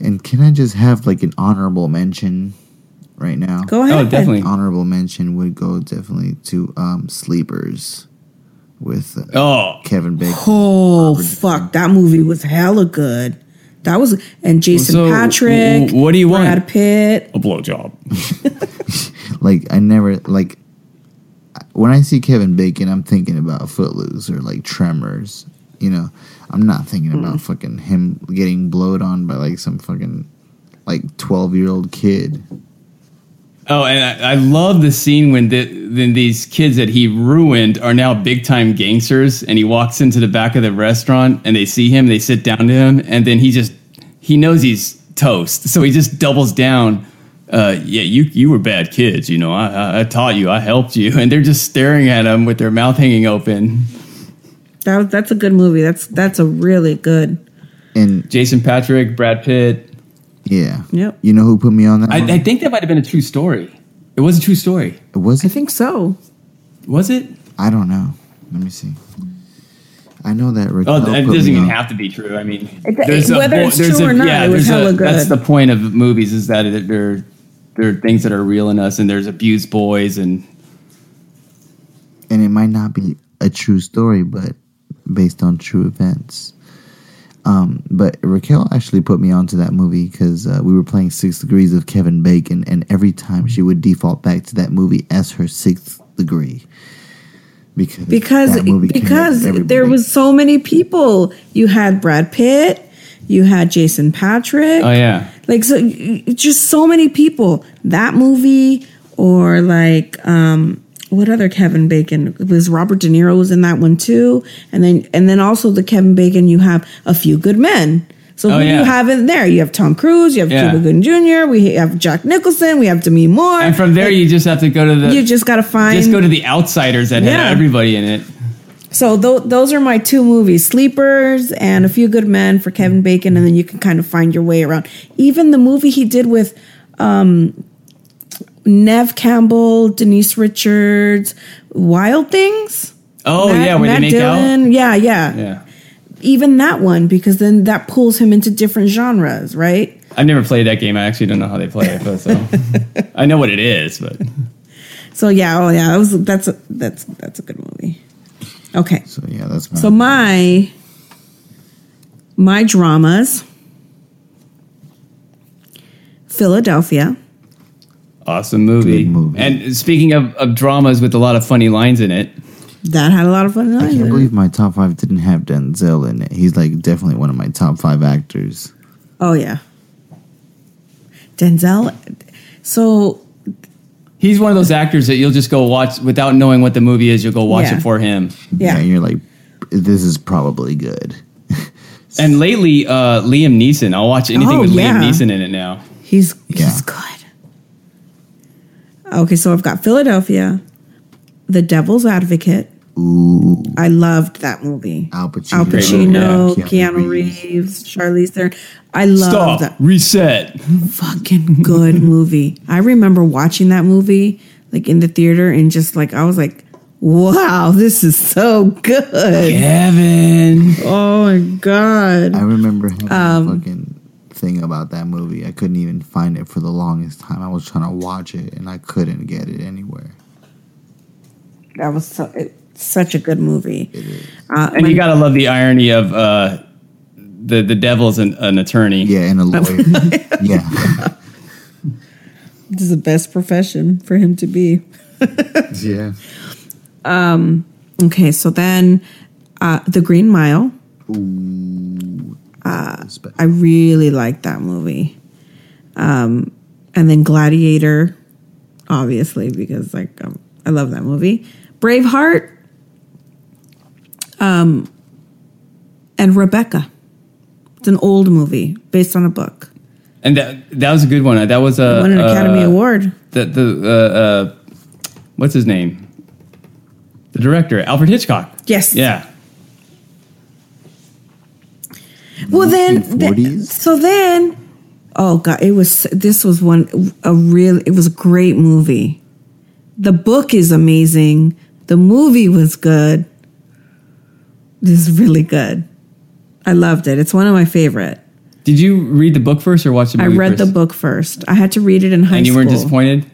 S1: And can I just have like an honorable mention right now?
S2: Go ahead.
S3: Oh, definitely.
S1: Honorable mention would go definitely to um, Sleepers with uh,
S3: Oh,
S1: Kevin Bacon.
S2: Oh fuck, that movie was hella good. That was and Jason
S3: So,
S2: Patrick.
S3: wh- what do you want?
S2: Brad Pitt.
S3: a blowjob.
S1: Like I never like I- when I see Kevin Bacon, I'm thinking about Footloose or like Tremors. You know, I'm not thinking about fucking him getting blowed on by like some fucking like 12 year old kid.
S3: Oh, and I, I love the scene when the, then these kids that he ruined are now big time gangsters, and he walks into the back of the restaurant, and they see him, they sit down to him, and then he just he knows he's toast, so he just doubles down. Uh, yeah, you you were bad kids, you know. I, I I taught you, I helped you, and they're just staring at him with their mouth hanging open.
S2: That was- that's a good movie. That's that's a really good.
S1: And
S3: Jason Patrick, Brad Pitt.
S1: yeah.
S2: Yep.
S1: You know who put me on that?
S3: I,
S1: one?
S3: I think that might have been a true story. It was a true story,
S1: was
S2: I
S1: it?
S2: think so.
S3: was it?
S1: I don't know. Let me see. I know that Raquel
S3: Oh, it
S1: put
S3: doesn't
S1: me
S3: even
S1: on-
S3: have to be true. I mean,
S2: It- whether
S3: bo-
S2: it's true or not, it was
S3: there's
S2: hella
S3: That's
S2: good.
S3: the point of movies is that it, there, there are things that are real in us, and there's abused boys, and
S1: and it might not be a true story, but based on true events. Um, but Raquel actually put me onto that movie because uh, we were playing Six Degrees of Kevin Bacon, and every time she would default back to that movie as her sixth degree. Because
S2: Because
S1: that movie came up
S2: because
S1: with
S2: there
S1: everybody.
S2: was so many people. You had Brad Pitt, you had Jason Patrick.
S3: oh yeah,
S2: Like so y- y- just so many people. That movie or like um what other Kevin Bacon? It was Robert De Niro was in that one too. And then and then also the Kevin Bacon you have a few good men. So
S3: Oh,
S2: who do
S3: yeah.
S2: you have in there? You have Tom Cruise, you have
S3: Yeah.
S2: Cuba Gooding Jr., we have Jack Nicholson, we have Demi Moore.
S3: and from there you just have to go to the
S2: you just gotta find
S3: just go to the outsiders that
S2: Yeah.
S3: had everybody in it.
S2: So th- those are my two movies, Sleepers and A Few Good Men for Kevin Bacon, and then you can kind of find your way around. Even the movie he did with um, Nev Campbell, Denise Richards, Wild Things.
S3: Oh yeah, where they make out.
S2: Yeah, yeah,
S3: Yeah,
S2: Even that one because then that pulls him into different genres, right?
S3: I've never played that game. I actually don't know how they play it, but so I know what it is. But
S2: So yeah, oh yeah, that was that's a, that's that's a good movie. Okay.
S1: so yeah, that's my
S2: So my my dramas Philadelphia.
S3: awesome movie.
S1: Good movie.
S3: And speaking of, of dramas with a lot of funny lines in it,
S2: That had a lot of fun
S1: I can't believe my top five didn't have Denzel in it. He's like definitely one of my top five actors.
S2: Oh yeah. Denzel so
S3: He's one of those actors that you'll just go watch without knowing what the movie is. You'll go watch
S2: Yeah.
S3: it for him.
S2: yeah.
S1: and you're like, this is probably good.
S3: And lately, uh, Liam Neeson. I'll watch anything
S2: Oh,
S3: with
S2: yeah.
S3: Liam Neeson in it now.
S2: He's
S1: Yeah.
S2: he's good. Okay, so I've got Philadelphia, The Devil's Advocate.
S1: Ooh,
S2: I loved that movie.
S1: Al Pacino,
S2: Al Pacino,
S1: yeah,
S2: Keanu, Reeves, Charlize Theron. I love that.
S3: Reset.
S2: fucking good movie. I remember watching that movie like in the theater and just like I was like, wow, this is so good.
S3: Kevin.
S2: Oh my
S1: I
S2: god.
S1: remember having a
S2: Um,
S1: fucking thing about that movie. I couldn't even find it for the longest time. I was trying to watch it and I couldn't get it anywhere.
S2: That was so, it, such a good movie. Uh,
S3: And you gotta love the irony of uh, the the devil's an, an attorney.
S1: Yeah, and a
S2: Oh.
S1: lawyer. yeah,
S2: this is the best profession for him to be.
S1: yeah.
S2: Okay, so then uh, The Green Mile. Uh, I really liked that movie. Um, and then Gladiator, obviously, because like um, I love that movie. Braveheart, um, and Rebecca. It's an old movie based on a book.
S3: And that that was a good one. That was a
S2: Won an
S3: uh,
S2: Academy Award.
S3: The the uh, uh, what's his name? The director, Alfred Hitchcock.
S2: Yes.
S3: Yeah.
S2: Well, then, then-
S1: 1940s?
S2: so then, oh god, it was this was one a real it was a great movie. The book is amazing. The movie was good. This is really good. I loved it. It's one of my favorite.
S3: Did you read the book first or watch the
S2: I
S3: movie?
S2: read
S3: first?
S2: the book first. I had to read it in high
S3: and you
S2: school.
S3: weren't disappointed.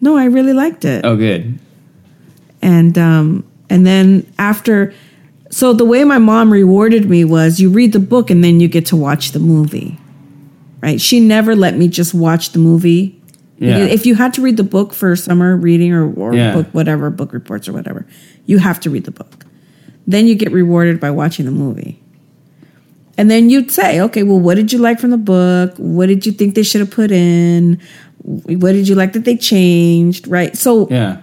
S2: No, I really liked it.
S3: Oh, good.
S2: and um and then after so the way my mom rewarded me was you read the book and then you get to watch the movie right she never let me just watch the movie
S3: Yeah.
S2: if you had to read the book for summer reading or, or
S3: Yeah.
S2: book whatever book reports or whatever you have to read the book then you get rewarded by watching the movie and then you'd say okay well what did you like from the book what did you think they should have put in what did you like that they changed right so
S3: Yeah.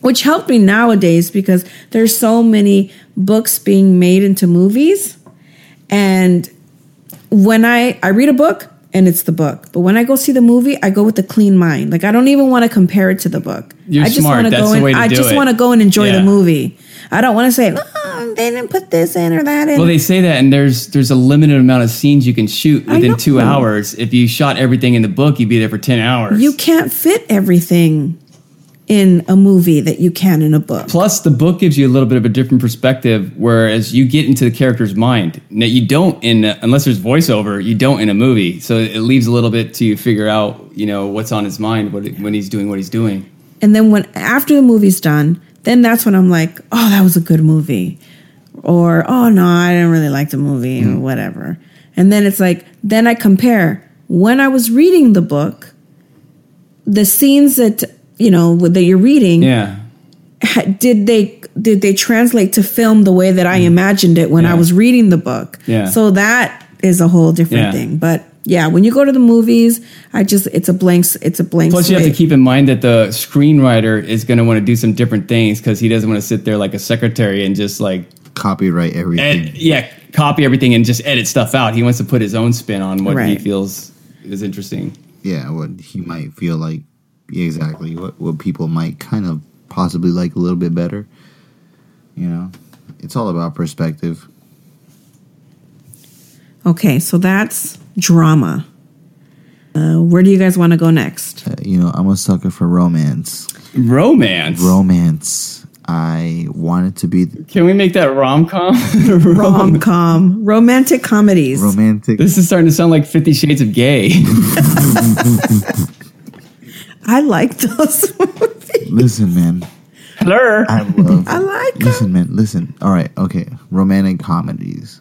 S2: which helped me nowadays because there's so many books being made into movies and when i i read a book and it's the book but when i go see the movie i go with a clean mind like i don't even want to compare it to the book
S3: You're
S2: i just
S3: smart.
S2: wanna
S3: That's
S2: go
S3: the
S2: and
S3: way to
S2: i
S3: do
S2: just
S3: it.
S2: want to go and enjoy
S3: Yeah.
S2: the movie i don't want to say oh, they didn't put this in or that in
S3: Well, they say that, and there's there's a limited amount of scenes you can shoot
S2: I
S3: within
S2: know.
S3: two hours. If you shot everything in the book, you'd be there for ten hours.
S2: you can't fit everything in a movie that you can in a book
S3: Plus, the book gives you a little bit of a different perspective, whereas you get into the character's mind. Now, you don't in unless there's voiceover, you don't in a movie. So it leaves a little bit to figure out, you know, what's on his mind what, when he's doing what he's doing.
S2: And then when after the movie's done, then that's when I'm like, oh, that was a good movie, or oh no, I didn't really like the movie,
S3: Hmm.
S2: or whatever. And then it's like, then I compare when I was reading the book, the scenes that you know that you're reading,
S3: Yeah,
S2: ha- did they did they translate to film the way that I imagined it when I
S3: Hmm. Yeah.
S2: was reading the book?
S3: Yeah.
S2: So that is a whole different
S3: Yeah.
S2: thing, but. Yeah, when you go to the movies, I just it's a blank s- it's a blank.
S3: Plus, you have to
S2: slate.
S3: keep in mind that the screenwriter is going to want to do some different things because he doesn't want to sit there like a secretary and just like,
S1: Copyright everything.
S3: ed- yeah, copy everything and just edit stuff out. He wants to put his own spin on what he
S2: Right.
S3: feels is interesting.
S1: yeah, what he might feel like exactly what what people might kind of possibly like a little bit better. You know, it's all about perspective.
S2: Okay, so that's drama. Uh, where do you guys want to go next?
S1: Uh, you know, I'm a sucker for romance.
S3: Romance.
S1: Romance. I want it to be
S3: Can we make that rom com?
S2: Rom com, romantic comedies.
S1: romantic.
S3: This is starting to sound like Fifty Shades of Gay.
S2: I like those movies.
S1: Listen, man.
S3: Hello.
S1: I love.
S2: I like them.
S1: listen, man. Listen. All right. Okay. Romantic comedies.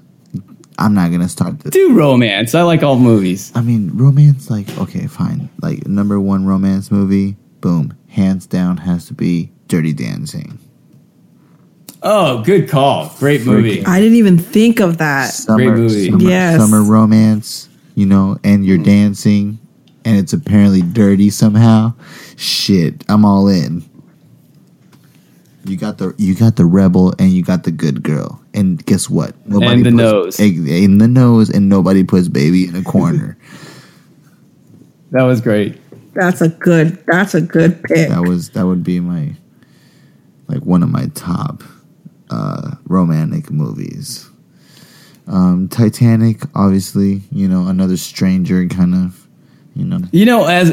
S1: I'm not gonna start this.
S3: Do romance. I like all movies.
S1: I mean, romance, like, okay, fine. Like, number one romance movie, boom, hands down has to be Dirty Dancing.
S3: Oh, good call. Great movie.
S2: I didn't even think of that.
S1: Summer,
S3: movie.
S1: Summer,
S2: Yes. Mm-hmm.
S1: summer romance, you know, and you're dancing, and it's apparently dirty somehow. Shit, I'm all in. You got the you got the rebel and you got the good girl and guess what? Nobody
S3: the
S1: puts-
S3: nose.
S1: in in the nose and nobody puts baby in a corner.
S3: That was great.
S2: That's a good. That's a good pick.
S1: that was that would be my like one of my top uh romantic movies um titanic obviously you know another stranger kind of you know
S3: You know, as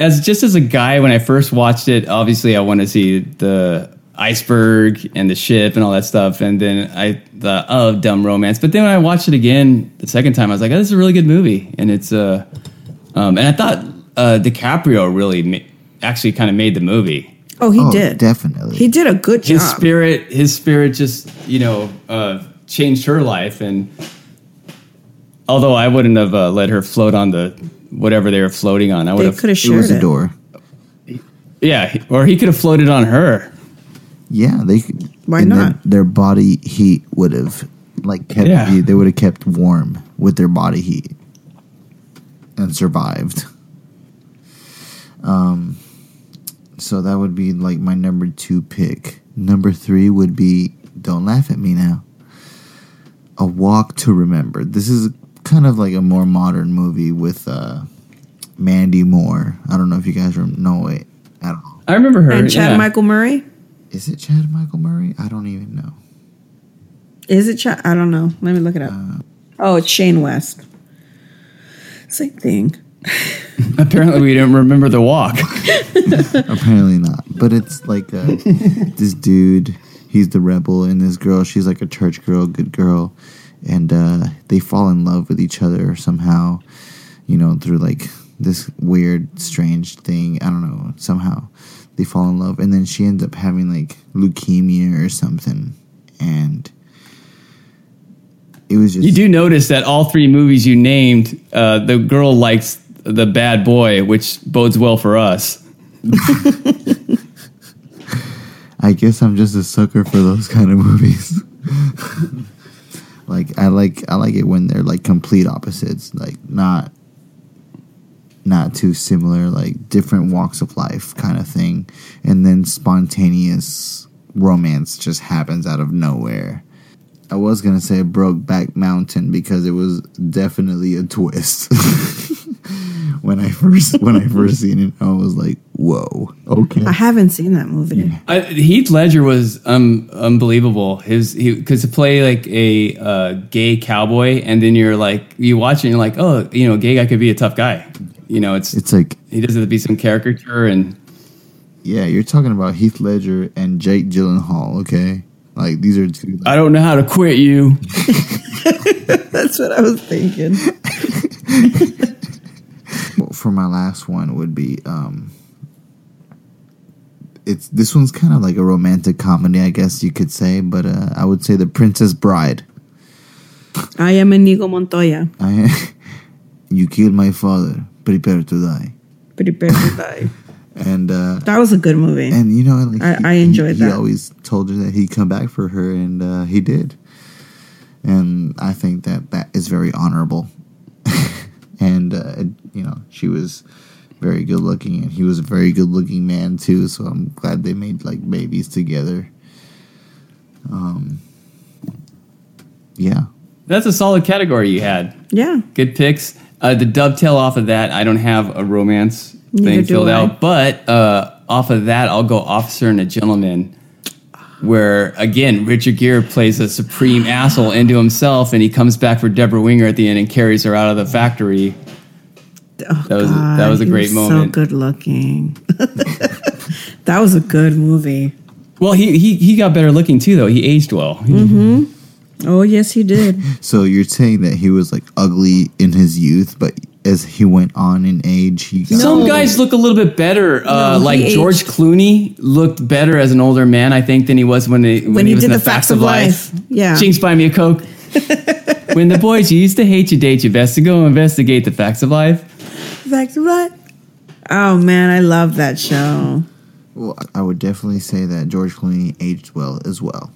S3: as just as a guy, when I first watched it, obviously I want to see the iceberg and the ship and all that stuff, and then I thought, oh, dumb romance. But then when I watched it again the second time, I was like, oh, this is a really good movie, and it's uh, um, and I thought uh, DiCaprio really ma- actually kind of made the movie.
S2: Oh, he
S1: oh,
S2: did.
S1: definitely
S2: He did a good job.
S3: His spirit, his spirit, just you know, uh, changed her life, and although I wouldn't have uh, let her float on the whatever they were floating on, I would
S2: they
S3: have
S2: could have
S1: it
S2: shared
S1: was
S2: it.
S1: a door
S3: Yeah, he- or he could have floated on her.
S1: yeah they could-
S2: Why
S1: and
S2: not?
S1: their, their body heat would have like kept
S3: Yeah.
S1: you- they would have kept warm with their body heat and survived um so that would be like my number two pick number three would be don't laugh at me now a walk to remember this is kind of like a more modern movie with uh mandy moore i don't know if you guys rem- know it at all
S3: I remember her.
S2: And Chad
S3: yeah.
S2: Michael Murray.
S1: is it chad michael murray i don't even know Uh,
S2: Is it Chad? I don't know. Let me look it up. Oh, it's Shane West. Same thing.
S3: Apparently, we didn't remember the walk.
S1: Apparently not. But it's like uh this dude, he's the rebel, and this girl, she's like a church girl, good girl. And uh, they fall in love with each other somehow, you know, through like this weird, strange thing. I don't know. Somehow they fall in love. And then she ends up having like leukemia or something. And it was just.
S3: You do notice that all three movies you named, uh, the girl likes the bad boy, which bodes well for us.
S1: I guess I'm just a sucker for those kind of movies. like I like I like it when they're like complete opposites, like not not too similar, like different walks of life kind of thing. And then spontaneous romance just happens out of nowhere. I was gonna say Brokeback Mountain because it was definitely a twist. when I first when I first seen it, I was like, "Whoa, okay."
S2: I haven't seen that movie.
S3: I, Heath Ledger was um, unbelievable. His because to play like a uh, gay cowboy, and then you're like you watch it, and you're like, oh, you know, a gay guy could be a tough guy. You know, it's,
S1: It's like
S3: he doesn't have to be some caricature, and
S1: Yeah, you're talking about Heath Ledger and Jake Gyllenhaal, okay? Like these are two.
S3: I don't know how to quit you.
S2: That's what I was thinking.
S1: For my last one would be um, it's this one's kind of like a romantic comedy, I guess you could say, but uh, I would say The Princess Bride.
S2: I am Inigo Montoya.
S1: I, you killed my father. Prepare to die.
S2: Prepare to die.
S1: And uh,
S2: That was a good movie.
S1: and you know, like
S2: I- I enjoyed
S1: he, He
S2: that.
S1: always told her that he'd come back for her, and uh, he did. And I think that that is very honorable. and uh, it- you know, she was very good looking, and he was a very good looking man too. So I'm glad they made like babies together. Um, yeah,
S3: That's a solid category you had.
S2: yeah.
S3: Good picks. Uh, the dovetail off of that, I don't have a romance
S2: Neither
S3: thing
S2: do
S3: filled
S2: I.
S3: out, but uh, off of that, I'll go Officer and a Gentleman, where again Richard Gere plays a supreme asshole into himself, and he comes back for Deborah Winger at the end and carries her out of the factory.
S2: Oh,
S3: That was- that
S2: God,
S3: was a
S2: he
S3: great
S2: So
S3: moment.
S2: good looking. that was a good movie.
S3: Well, he he he got better looking too, though. He aged well. He-
S2: Mm-hmm. Oh yes, he did.
S1: So you're saying that he was like ugly in his youth, but as he went on in age, he got
S3: Some guys look a little bit better. Uh,
S2: No, he
S3: like
S2: aged-
S3: George Clooney looked better as an older man, I think, than he was when he when,
S2: When he
S3: was
S2: did
S3: in
S2: the Facts of Life. Yeah.
S3: Jinx, buy me a coke. when the boys you used to hate you, date you, best to go investigate the facts of life.
S2: Back to what? Oh man, I love that show.
S1: Well, I would definitely say that George Clooney aged well as well.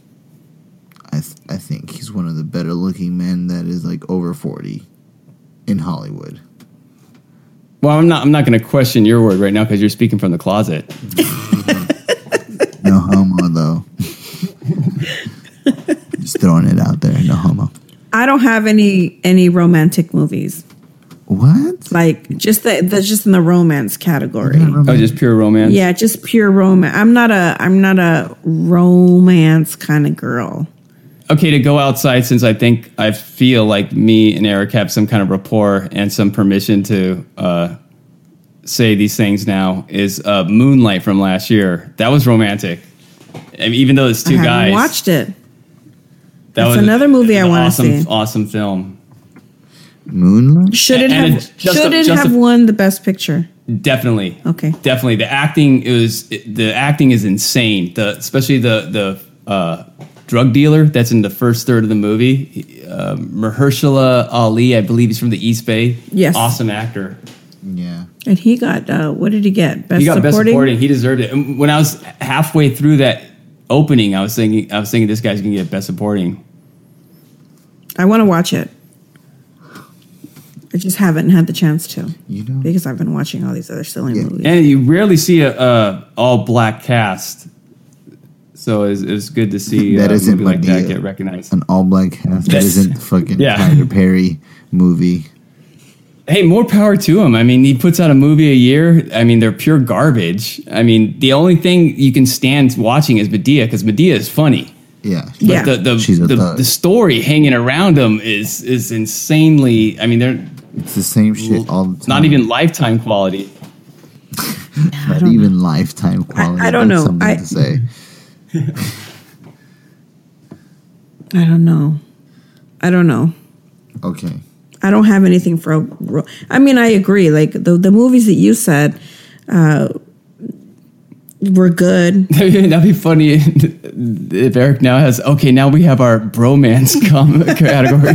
S1: I th- I think he's one of the better looking men that is like over forty in Hollywood.
S3: Well, I'm not. I'm not going to question your word right now because you're speaking from the closet.
S1: No homo though. Just throwing it out there. No homo.
S2: I don't have any any romantic movies.
S1: What?
S2: Like just the that's just in the romance category.
S3: Oh, just pure romance.
S2: Yeah, just pure romance. I'm not a I'm not a romance kind of girl.
S3: okay to go outside since I think I feel like me and Eric have some kind of rapport and some permission to uh, say these things now is uh, Moonlight from last year. That was romantic. I mean, even though it's two
S2: I haven't
S3: guys,
S2: watched it.
S3: that
S2: That's
S3: was
S2: another movie I
S3: an
S2: wanna
S3: awesome,
S2: see.
S3: Awesome film,
S1: Moonlight.
S2: Should it
S3: And
S2: have
S3: it just-
S2: should it
S3: just-
S2: have won the best picture?
S3: definitely.
S2: Okay.
S3: definitely. The acting is the acting is insane. The especially the the uh, drug dealer that's in the first third of the movie, He- uh, Mahershala Ali, I believe he's from the East Bay.
S2: Yes.
S3: awesome actor.
S1: Yeah.
S2: And he got uh, what did he get? Best
S3: he got best supporting. He deserved it. And When I was halfway through that opening, I was thinking, I was thinking this guy's gonna get best supporting.
S2: I want to watch it. I just haven't had the chance to
S1: You know.
S2: because I've been watching all these other silly
S1: Yeah.
S2: movies.
S3: And you rarely see a, a all black cast, so it was, it was good to see
S1: That
S3: uh, a
S1: isn't
S3: movie like that
S1: Madea.
S3: get recognized.
S1: An all black cast that
S3: That's-
S1: isn't fucking
S3: Yeah.
S1: Tyler Perry movie.
S3: Hey, more power to him. I mean, he puts out a movie a year. I mean, they're pure garbage. I mean, the only thing you can stand watching is Medea because Medea is funny.
S1: Yeah.
S2: Yeah.
S3: the the,
S1: She's a
S3: the,
S1: thug.
S3: the story hanging around him is is insanely. I mean, they're
S1: It's the same shit all the time.
S3: not even lifetime quality.
S1: not even lifetime quality.
S2: I don't
S1: That's
S2: know.
S1: Something
S2: I-
S1: to say.
S2: I don't know. I don't know.
S1: Okay.
S2: I don't have anything for. a ro- I mean, I agree. Like the the movies that you said uh, were good.
S3: That'd be funny if Eric now has okay. Now we have our bromance comic category,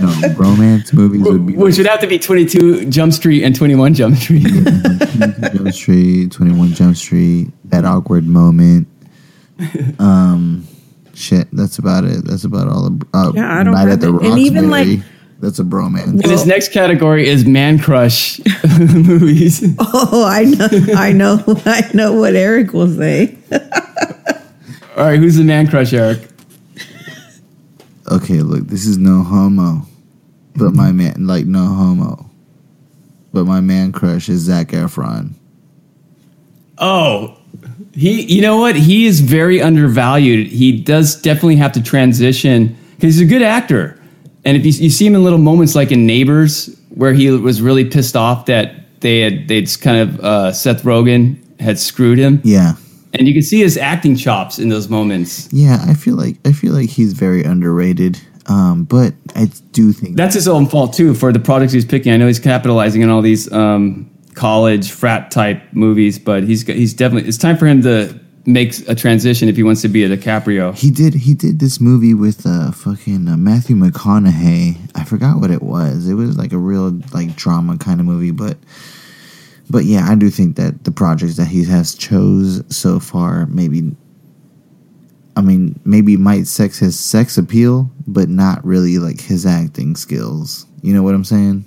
S1: No, romance movies would be
S3: which would have to be Twenty Two Jump Street and Twenty One Jump Street.
S1: Jump Street, 21 Jump Street, that awkward moment. Um, shit, that's about it. That's about all. The, uh,
S2: Yeah, I don't
S1: Night
S2: have
S1: at the
S2: it. And even,
S1: Roxbury.
S2: like-
S1: that's a bromance.
S3: And this next category is man crush movies.
S2: Oh, I know, I know, I know what Eric will say.
S3: All right, who's the man crush, Eric?
S1: Okay, look, this is no homo, but my man, like no homo, but my man crush is Zach Efron.
S3: Oh, he. You know what? He is very undervalued. He does definitely have to transition because he's a good actor. And if you, you see him in little moments like in Neighbors, where he was really pissed off that they had they'd kind of uh, Seth Rogen had screwed him,
S1: Yeah,
S3: and you can see his acting chops in those moments.
S1: yeah, I feel like I feel like he's very underrated. Um, but I do think
S3: That's his own fault too for the products he's picking. I know he's capitalizing on all these um, college frat type movies, but he's he's definitely it's time for him to make a transition if he wants to be a DiCaprio.
S1: He did. He did this movie with uh, fucking uh, Matthew McConaughey. I forgot what it was. It was like a real like drama kind of movie, but but yeah, I do think that the projects that he has chose so far, maybe, I mean, maybe might sex his sex appeal, but not really like his acting skills. You know what I'm saying?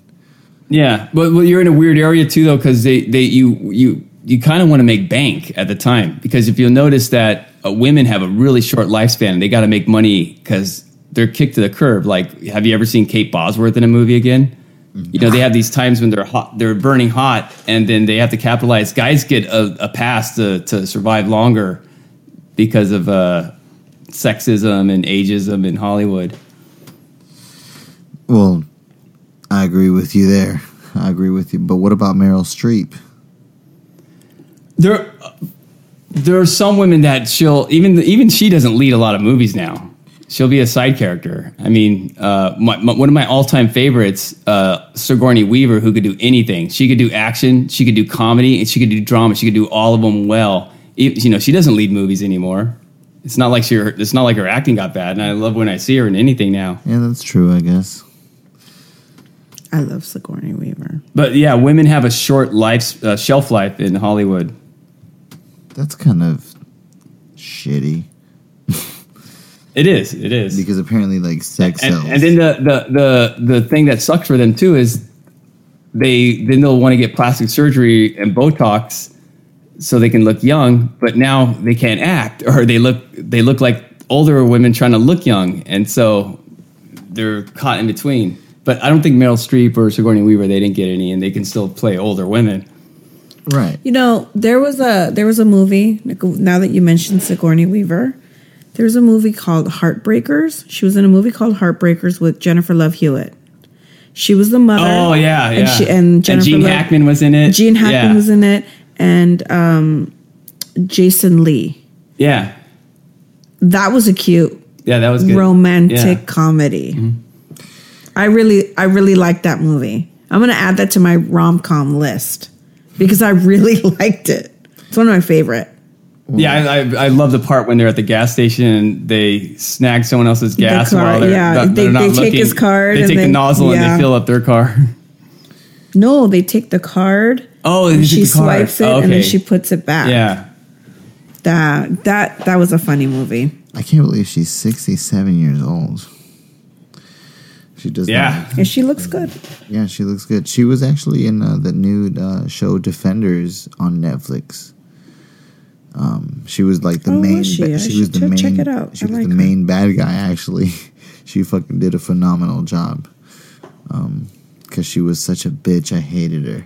S3: Yeah, but well, you're in a weird area too, though, because they, they you you you kind of want to make bank at the time because if you'll notice that uh, women have a really short lifespan, and they got to make money because they're kicked to the curb. Like, have you ever seen Kate Bosworth in a movie again? You know, they have these times when they're hot, they're burning hot, and then they have to capitalize. Guys get a, a pass to to survive longer because of uh, sexism and ageism in Hollywood.
S1: Well, I agree with you there. I agree with you. But what about Meryl Streep?
S3: there there are some women that she'll even even she doesn't lead a lot of movies now. She'll be a side character. I mean, uh, my, my, one of my all time favorites, uh, Sigourney Weaver, who could do anything. She could do action, she could do comedy, and she could do drama. She could do all of them well. It, you know, she doesn't lead movies anymore. It's not like she. It's not like her acting got bad. And I love when I see her in anything now.
S1: Yeah, that's true. I guess.
S2: I love Sigourney Weaver.
S3: But yeah, women have a short life uh, shelf life in Hollywood.
S1: That's kind of shitty
S3: It is. It is.
S1: because apparently, like sex sells.
S3: and, and then the, the the the thing that sucks for them too is they then they'll want to get plastic surgery and Botox so they can look young, but now they can't act or they look they look like older women trying to look young, and so they're caught in between. But I don't think Meryl Streep or Sigourney Weaver they didn't get any, and they can still play older women.
S1: right?
S2: You know, there was a there was a movie. like, Now that you mentioned Sigourney Weaver, there was a movie called Heartbreakers. She was in a movie called Heartbreakers with Jennifer Love Hewitt. She was the mother.
S3: Oh yeah, yeah.
S2: And, she, and Jennifer
S3: Gene
S2: Love-
S3: Hackman was in it.
S2: Gene Hackman
S3: yeah.
S2: was in it, and um, Jason Lee.
S3: Yeah,
S2: That was a cute
S3: yeah, that was good.
S2: romantic
S3: Yeah. Mm-hmm.
S2: comedy. I really, I really liked that movie. I'm gonna add that to my rom com list because I really liked it. It's one of my favorite.
S3: Yeah, I, I, I love the part when they're at the gas station and they snag someone else's gas
S2: car,
S3: while they're,
S2: yeah.
S3: not,
S2: They-
S3: they're not
S2: they take
S3: looking.
S2: his card
S3: They
S2: and
S3: take the
S2: then-
S3: nozzle and
S2: yeah.
S3: they fill up their car.
S2: No, they take the card.
S3: Oh, they
S2: and
S3: take
S2: she
S3: the card.
S2: swipes it
S3: Oh,
S2: and then
S3: okay.
S2: she puts it back.
S3: yeah,
S2: that that that was a funny movie.
S1: I can't believe she's sixty-seven years old. She does.
S3: yeah.
S2: And she looks good.
S1: Not, yeah, she looks good. She was actually in uh, the new uh, show Defenders on Netflix. Um, she was like the
S2: Oh, was
S1: main.
S2: she?
S1: ba-
S2: I should
S1: was the
S2: check-
S1: main.
S2: check it out.
S1: She
S2: I
S1: was
S2: like
S1: the
S2: her.
S1: main bad guy. Actually, she fucking did a phenomenal job. Um, because she was such a bitch, I hated her.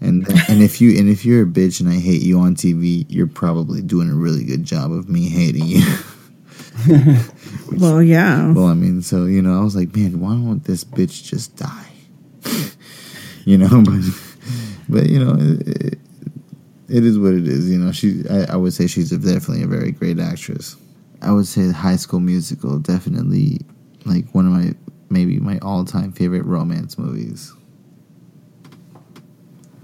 S1: And uh, and if you and if you're a bitch and I hate you on TV, you're probably doing a really good job of me hating you.
S2: Well, yeah.
S1: Well, I mean, so you know, I was like, man, why don't this bitch just die? you know, but but you know, it, it, it is what it is. You know, she I, I would say she's a, definitely a very great actress. I would say High School Musical definitely like one of my maybe my all time favorite romance movies.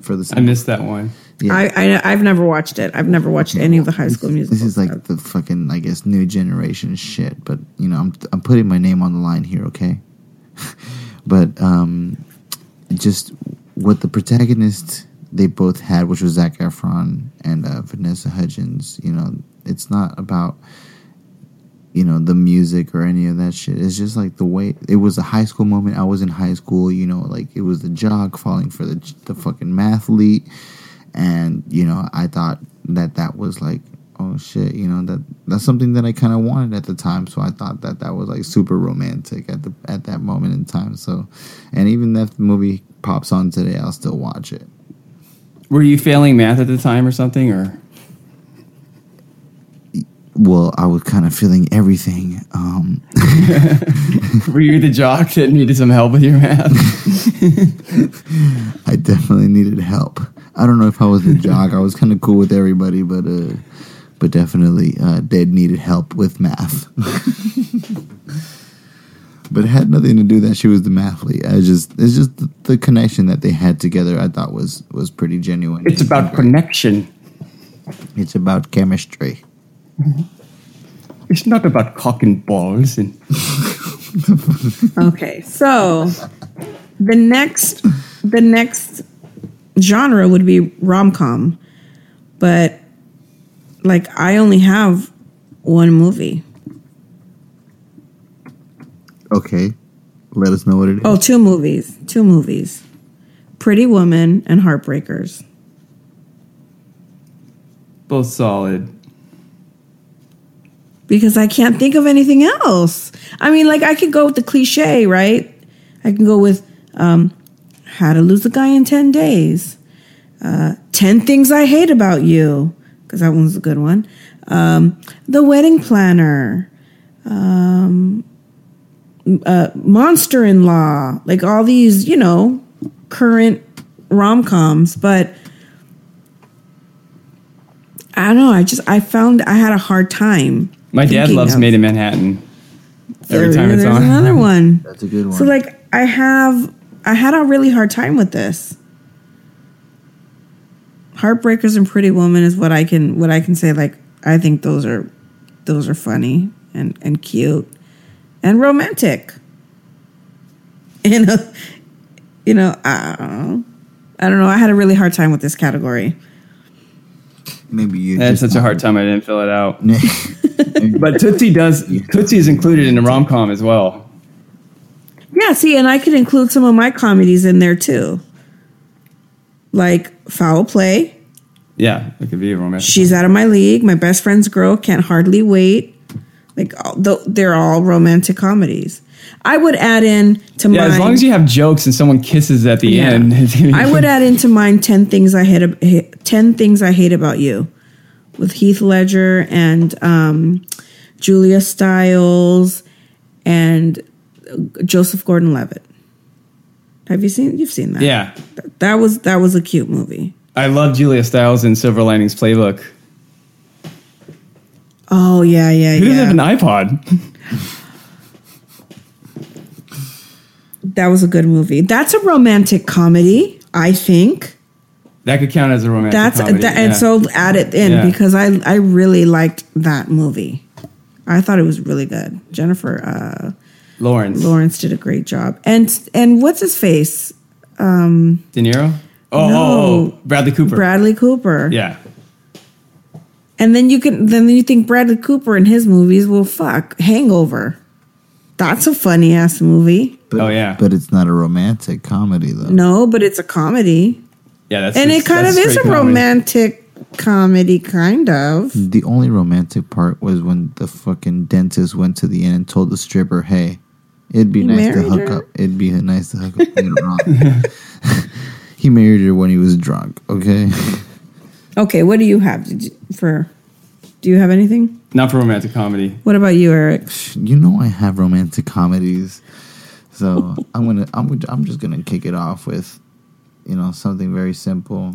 S1: For the
S3: I missed that one.
S1: yeah.
S2: I, I I've never watched it. I've never watched any of the High School Musicals.
S1: This is like the fucking, I guess, new generation shit. But you know, I'm I'm putting my name on the line here, okay? but um, just what the protagonists they both had, which was Zach Efron and uh, Vanessa Hudgens. You know, it's not about you know the music or any of that shit. It's just like the way it was a high school moment. I was in high school, you know, like it was the jock falling for the the fucking mathlete, and you know I thought that that was like oh shit, you know that that's something that I kind of wanted at the time. So I thought that that was like super romantic at the at that moment in time. So, and even if the movie pops on today, I'll still watch it.
S3: Were you failing math at the time or something? Or
S1: Well, I was kind of feeling everything. Um,
S3: were you the jock that needed some help with your math?
S1: I definitely needed help. I don't know if I was the jock. I was kind of cool with everybody, but uh, but definitely uh, Dad needed help with math. but it had nothing to do that she was the mathlete. I just it's just the, the connection that they had together. I thought was was pretty genuine.
S3: It's
S1: and
S3: about
S1: great.
S3: connection.
S1: it's about chemistry.
S3: It's not about cock and balls. And
S2: Okay, so the next the next genre would be rom com, but like I only have one movie.
S1: Okay, let us know what it is.
S2: Oh, two movies, two movies, Pretty Woman and Heartbreakers.
S3: both solid.
S2: because I can't think of anything else. I mean, like I could go with the cliche, right? I can go with um, how to lose a guy in ten days, uh, ten things I hate about you, because that one's a good one. Um, the wedding planner, um, uh, monster in law, like all these, you know, current rom coms, but. I don't know. I just I found I had a hard time.
S3: My dad
S2: thinking
S3: loves
S2: of-
S3: Made in Manhattan. Every
S2: There-
S3: time it's
S2: there's
S3: on.
S2: another one.
S1: That's a good one.
S2: So like I have I had a really hard time with this. Heartbreakers and Pretty Woman is what I can what I can say like I think those are those are funny and and cute and romantic. You know you know I don't know. I don't know. I had a really hard time with this category.
S1: Maybe you.
S3: I had such a hard time I didn't fill it out. But Tootsie does Tootsie is included in the rom com as well.
S2: Yeah, see, and I could include some of my comedies in there too. Like Foul Play,
S3: Yeah, it could be a romantic.
S2: She's Out of My League, My Best Friend's Girl, Can't Hardly Wait. Like all- tho- they're all romantic comedies. I would add in to
S3: yeah,
S2: mine.
S3: as long as you have jokes and someone kisses at the
S2: Yeah.
S3: end.
S2: I would add into mine ten things I hate. ab- ha- Ten things I hate about you, with Heath Ledger and um, Julia Stiles and uh, Joseph Gordon-Levitt. Have you seen? You've seen that?
S3: Yeah,
S2: That was that was a cute movie.
S3: I love Julia Stiles in Silver Linings Playbook.
S2: Oh yeah, yeah,
S3: Who doesn't
S2: yeah.
S3: have an iPod?
S2: that was a good movie. That's a romantic comedy, I think.
S3: That could count as a romantic.
S2: That's
S3: comedy,
S2: that, and
S3: yeah.
S2: so add it in
S3: Yeah.
S2: because I I really liked that movie. I thought it was really good. Jennifer uh,
S3: Lawrence
S2: Lawrence did a great job, and and what's his face?
S3: De Niro. Oh,
S2: No.
S3: oh, oh, Bradley Cooper.
S2: Bradley Cooper.
S3: yeah,
S2: And then you can then you think Bradley Cooper in his movies. Well, fuck, Hangover. That's a funny ass movie.
S1: But,
S3: Oh, yeah.
S1: But it's not a romantic comedy though.
S2: No, but it's a comedy.
S3: yeah. That's
S2: and it
S3: just-
S2: kind
S3: that's
S2: of is a
S3: straight comedy.
S2: romantic comedy, kind of.
S1: The only romantic part was when the fucking dentist went to the inn and told the stripper, "Hey, it'd be nice to
S2: married
S1: hook
S2: her.
S1: up. It'd be nice to hook up later on." he married her when he was drunk. Okay,
S2: Okay, what do you have to do for Do you have anything?
S3: Not for romantic comedy.
S2: What about you, Eric?
S1: You know I have romantic comedies, so I'm gonna I'm gonna- I'm just gonna kick it off with, you know, something very simple.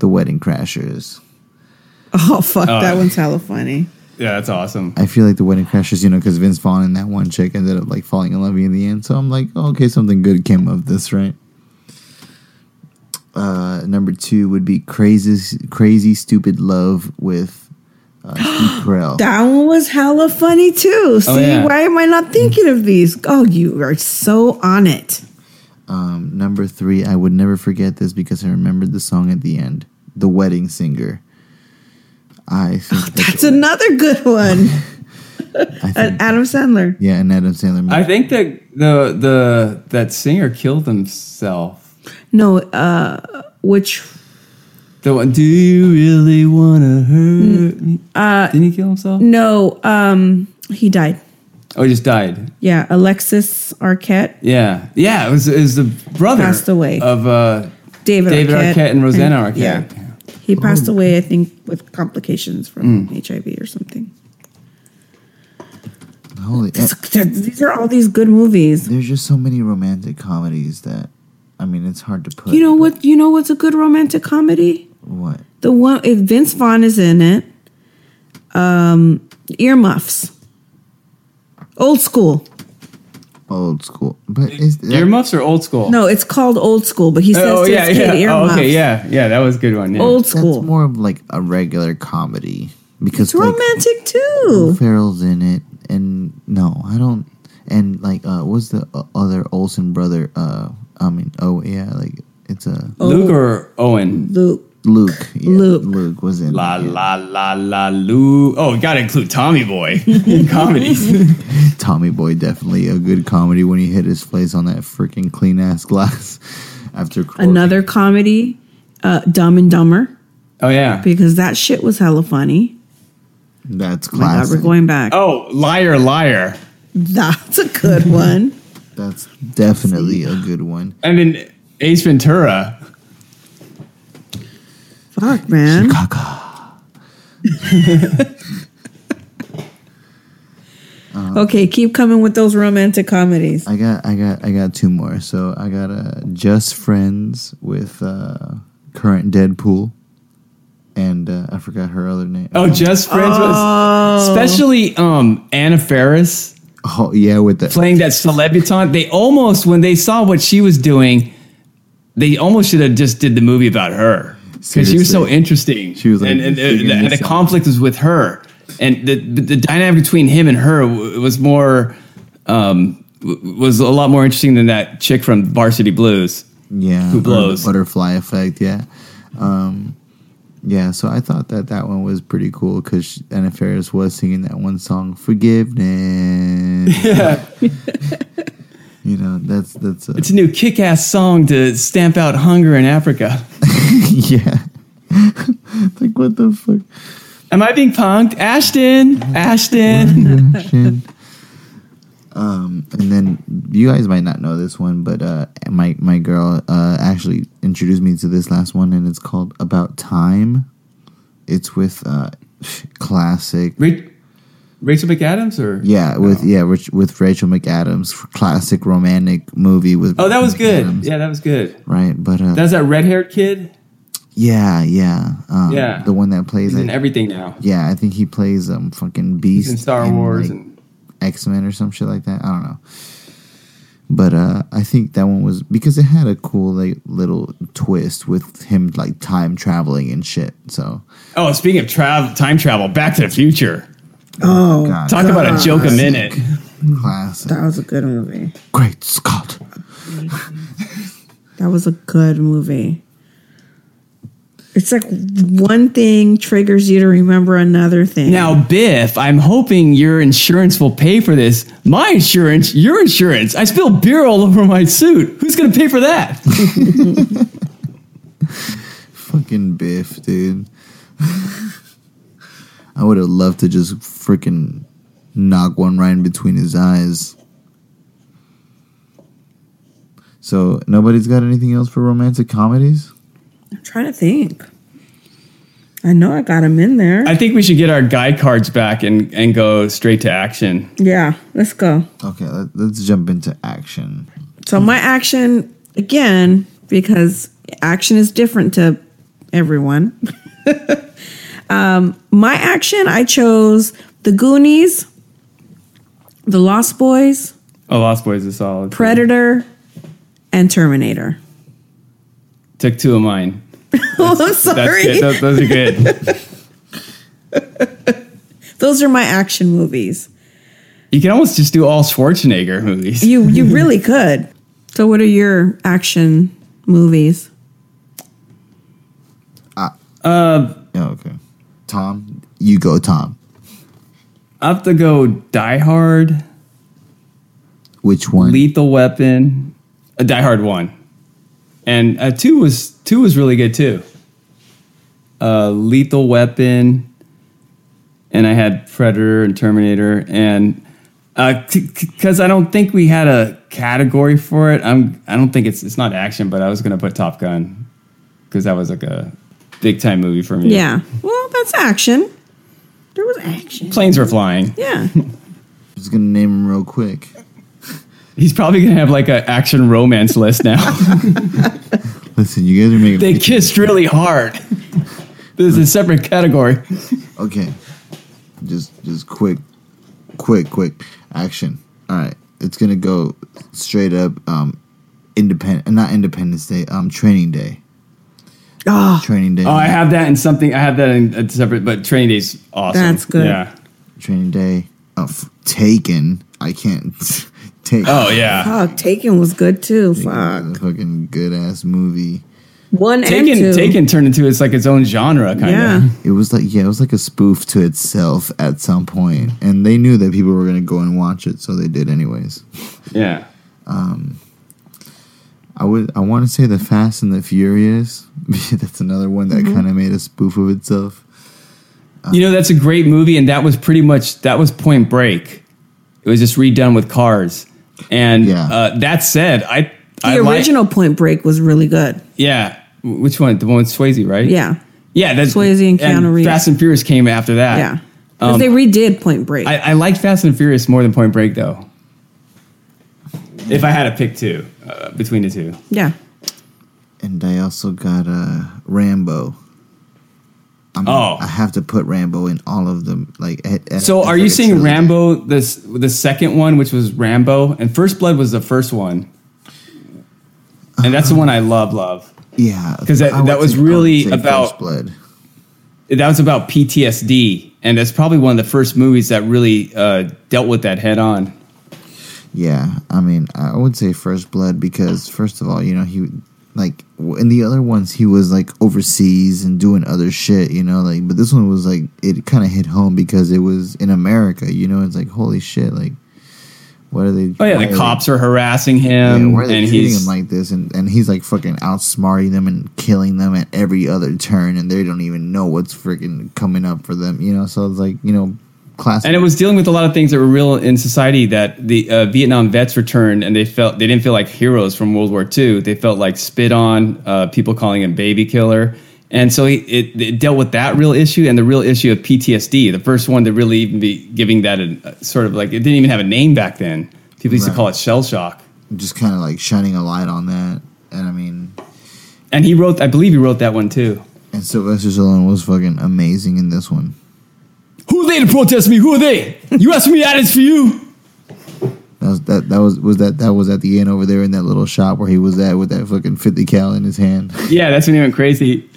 S1: The Wedding Crashers.
S2: Oh fuck,
S3: Uh,
S2: that one's hella funny.
S3: Yeah, that's awesome.
S1: I feel like The Wedding Crashers, you know, because Vince Vaughn and that one chick ended up like falling in love in the end. So I'm like, oh, okay, something good came of this, right? Uh, number two would be Crazy, Crazy Stupid Love with uh, Steve Carell.
S2: That one was hella funny too. See,
S3: Oh, yeah.
S2: why am I not thinking of these? Oh, you are so on it.
S1: Um, number three, I would never forget this because I remembered the song at the end, "The Wedding Singer." I think
S2: That's another good one.
S1: I
S2: An
S1: think,
S2: Adam Sandler.
S1: yeah, an Adam Sandler. movie.
S3: I think that the the that singer killed himself.
S2: No, uh, which
S3: The one, do you really wanna
S2: Mm.
S3: hurt me? Uh, Didn't he kill himself?
S2: no, um, he died.
S3: Oh, he just died.
S2: Yeah, Alexis Arquette,
S3: Yeah, yeah. It was it was the brother
S2: Passed away.
S3: of uh,
S2: David,
S3: David
S2: Arquette,
S3: Arquette, and Rosanna Arquette. Oh.
S2: yeah. He passed away, I think, with complications from
S3: Mm.
S2: HIV or something.
S1: Holy, eh,
S2: It's- These are all these good movies.
S1: there's just so many romantic comedies that, I mean, it's hard to put.
S2: You know what? You know what's a good romantic comedy?
S1: What?
S2: The one if Vince Vaughn is in it, um, earmuffs, old school.
S1: Old school, but is that,
S3: Earmuffs or old school?
S2: No, it's called old school, but he says
S3: Oh,
S2: to
S3: yeah,
S2: his kid
S3: yeah. Oh,
S2: earmuffs.
S3: okay, yeah, yeah. That was a good one. Yeah.
S2: Old
S1: that's
S2: school.
S1: more of like a regular comedy because
S2: it's
S1: like,
S2: romantic
S1: Will
S2: too.
S1: Ferrell's in it, and no, I don't. And like, uh, what's the o- other Olsen brother? Uh, I mean, oh yeah, like it's a
S3: Luke or Owen?
S2: Luke.
S1: Luke. Yeah,
S2: Luke.
S1: Luke was in.
S3: La
S1: it, yeah.
S3: la la la Lou. Oh, you gotta include Tommy Boy in comedies.
S1: Tommy Boy definitely a good comedy when he hit his face on that freaking clean ass glass after Corey.
S2: Another comedy, uh, Dumb and Dumber,
S3: oh yeah.
S2: because that shit was hella funny.
S1: That's
S2: Oh my God,
S1: classic.
S2: we're going back.
S3: Oh, liar, liar.
S2: That's a good one.
S1: That's definitely a good one.
S3: And then Ace Ventura.
S2: Fuck, man.
S1: Kaka.
S2: Okay, keep coming with those romantic comedies.
S1: I got, I got, I got two more. So I got uh, Just Friends with uh, current Deadpool, and uh, I forgot her other name.
S3: Oh, just friends
S2: Oh.
S3: with especially um Anna Ferris
S1: Oh, yeah, with the
S3: playing that celebutant. They almost when they saw what she was doing, they almost should have just did the movie about her because she was so
S1: Seriously.
S3: interesting.
S1: She was like,
S3: and, and, uh,
S1: "You're
S3: and, the, and the
S1: missing out."
S3: conflict was with her, and the the the dynamic between him and her w- was more um w- was a lot more interesting than that chick from Varsity Blues.
S1: yeah or the
S3: blows?
S1: butterfly effect. Yeah, um, yeah. So I thought that that one was pretty cool because Anna Faris was singing that one song, "Forgiveness." you know, that's that's uh, a,
S3: It's a new kick-ass song to stamp out hunger in Africa.
S1: yeah. like what the fuck.
S3: Am I being punked? Ashton, Ashton.
S1: Shin. Um, and then you guys might not know this one, but uh, my my girl uh, actually introduced me to this last one, and it's called "About Time." It's with uh, classic,
S3: Ra- Rachel McAdams or
S1: yeah,
S3: Oh.
S1: with yeah, Rich, with Rachel McAdams, classic romantic movie with.
S3: Oh, that was good.
S1: McAdams,
S3: Yeah, that was good.
S1: right, but uh,
S3: That's that red-haired kid.
S1: yeah, yeah, um,
S3: Yeah.
S1: the one that plays.
S3: He's in
S1: I-
S3: everything now.
S1: yeah, I think he plays um fucking Beast
S3: He's in Star
S1: and,
S3: Wars
S1: like,
S3: and
S1: X Men or some shit like that. I don't know. But uh, I think that one was because it had a cool like little twist with him like time traveling and shit. So
S3: oh, speaking of travel, time travel, Back to the Future.
S2: Oh,
S1: God,
S3: Talk about a joke a minute.
S1: classic.
S2: that was a good movie.
S1: Great Scott!
S2: That was a good movie. It's like one thing triggers you to remember another thing.
S3: Now, Biff, I'm hoping your insurance will pay for this. My insurance, your insurance. I spilled beer all over my suit. Who's going to pay for that?
S1: Fucking Biff, dude. I would have loved to just freaking knock one right in between his eyes. So nobody's got anything else for romantic comedies?
S2: I'm trying to think. I know I got him in there.
S3: I think we should get our guide cards back and, and go straight to action.
S2: yeah, let's go.
S1: Okay, let, let's jump into action.
S2: So my action again, because action is different to everyone. um, my action, I chose the Goonies, the Lost Boys,
S3: Oh, Lost Boys is solid.
S2: Predator, and Terminator.
S3: Took two of mine.
S2: Oh, I'm
S3: That's
S2: sorry.
S3: good. Those, those are good.
S2: Those are my action movies.
S3: you can almost just do all Schwarzenegger movies.
S2: You you really could. So what are your action movies?
S1: Yeah, okay. Tom, you go, Tom.
S3: I have to go Die Hard,
S1: Which one?
S3: Lethal Weapon, a Die Hard one, and uh, two was two was really good too. Uh, Lethal Weapon, and I had Predator and Terminator, and uh, because I don't think we had a category for it, I'm I don't think it's it's not action, but I was gonna put Top Gun because that was like a big time movie for me.
S2: Yeah. Well, that's action. There was action.
S3: planes were flying.
S2: Yeah.
S1: I was gonna name him real quick.
S3: He's probably gonna have like an action romance list now.
S1: Listen, you guys are making
S3: They kissed really hard. This is a separate category.
S1: Okay. Just just quick quick quick action. All right. It's going to go straight up um independent not independence day, um training day.
S2: Oh,
S1: Training day.
S3: Oh, I have that in something. I have that in a separate, but training day's awesome.
S2: That's good.
S3: Yeah.
S1: training day of taken. I can't take
S3: Oh yeah.
S2: oh Taken was good too. Fuck.
S1: That's a fucking good ass movie.
S2: One and
S3: Taken
S2: two.
S3: Taken turned into it's like its own genre kind of.
S2: Yeah.
S1: It was like yeah, it was like a spoof to itself at some point, and they knew that people were gonna go and watch it, so they did anyways.
S3: Yeah.
S1: I would I want to say the Fast and the Furious. That's another one that
S3: Mm-hmm.
S1: kind of made a spoof of itself.
S3: You know that's a great movie, and that was pretty much that was Point Break. It was just redone with cars, and
S1: Yeah.
S3: uh, that said, I I
S2: The
S3: like-
S2: original Point Break was really good.
S3: yeah. Wh- Which one? The one with Swayze, right?
S2: Yeah.
S3: Yeah. That's
S2: Swayze and Keanu Reeves.
S3: Fast and Furious came after that.
S2: Yeah. 'Cause they redid Point Break.
S3: um, I, I liked Fast and Furious more than Point Break, though. If I had to pick two uh, between the two,
S2: yeah.
S1: And I also got uh, Rambo. I'm,
S3: Oh.
S1: I have to put Rambo in all of them. Like, at- at-
S3: so
S1: it's
S3: are
S1: like
S3: you
S1: a
S3: seeing
S1: trilogy.
S3: Rambo this the second one, which was Rambo, and First Blood was the first one, and that's the one I love, love.
S1: Yeah,
S3: 'Cause that-
S1: I would
S3: that was
S1: say- I would
S3: really
S1: say
S3: about-
S1: First blood.
S3: That was about PTSD, and that's probably one of the first movies that really uh, dealt with that head on.
S1: Yeah, I mean, I would say First Blood because first of all, you know, he like w- in the other ones he was like overseas and doing other shit, you know, like but this one was like it kind of hit home because it was in America, you know, it's like holy shit, like what are they?
S3: Oh yeah,
S1: why are
S3: the
S1: they-
S3: cops are harassing
S1: yeah,
S3: him,
S1: why are they
S3: and
S1: treating
S3: he's
S1: him like this? And and he's like fucking outsmarting them and killing them at every other turn, and they don't even know what's freaking coming up for them, you know. So it's like you know, classic.
S3: and it was dealing with a lot of things that were real in society that the uh, Vietnam vets returned and they felt they didn't feel like heroes from World War II. They felt like spit on, uh, people calling him baby killer, and so he, it, it dealt with that real issue and the real issue of PTSD. The first one to really even be giving that a, a sort of like it didn't even have a name back then. People used to
S1: Right.
S3: call it shell shock.
S1: just kind of like shining a light on that, and I mean.
S3: And he wrote, I believe he wrote that one too.
S1: And Sylvester Stallone was fucking amazing in this one.
S3: Who are they to protest me? Who are they? You ask me that, it's for you.
S1: That was that, that was was that that was at the end over there in that little shop where he was at with that fucking fifty cal in his hand.
S3: Yeah, that's when he went crazy.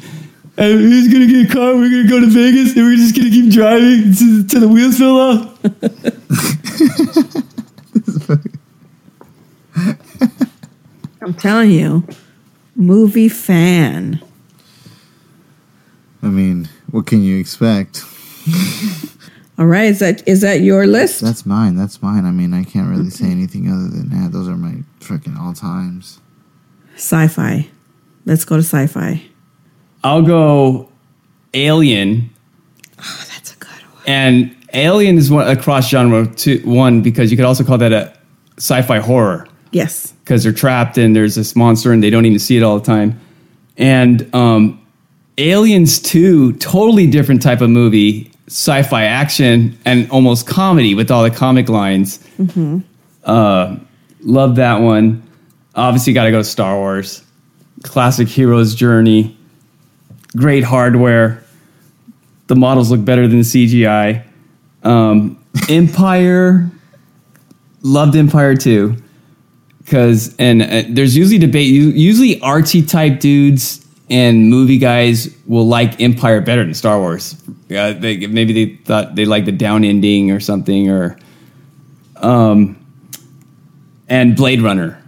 S3: Uh, who's gonna get a car? We're gonna go to Vegas, and we're just gonna keep driving to, till the wheels fell off.
S2: I'm telling you, movie fan.
S1: I mean, what can you expect?
S2: All right, is that is that your list?
S1: That's mine. That's mine. I mean, I can't really say anything other than that. Those are my freaking all times.
S2: Sci-fi. Let's go to sci-fi.
S3: I'll go Alien,
S2: Oh, that's a good one.
S3: and Alien is one, a cross genre two, one because you could also call that a sci-fi horror
S2: Yes.
S3: because they're trapped and there's this monster and they don't even see it all the time. And um, Aliens 2, totally different type of movie, sci fi action, and almost comedy with all the comic lines. Uh, love that one. Obviously, got to go Star Wars. Classic hero's journey. Great hardware. The models look better than CGI. Um, Empire. Loved Empire 2 because and uh, there's usually debate. u- Usually, artsy type dudes and movie guys will like Empire better than Star Wars. Yeah, they, maybe they thought they liked the down ending or something, or um, and Blade Runner,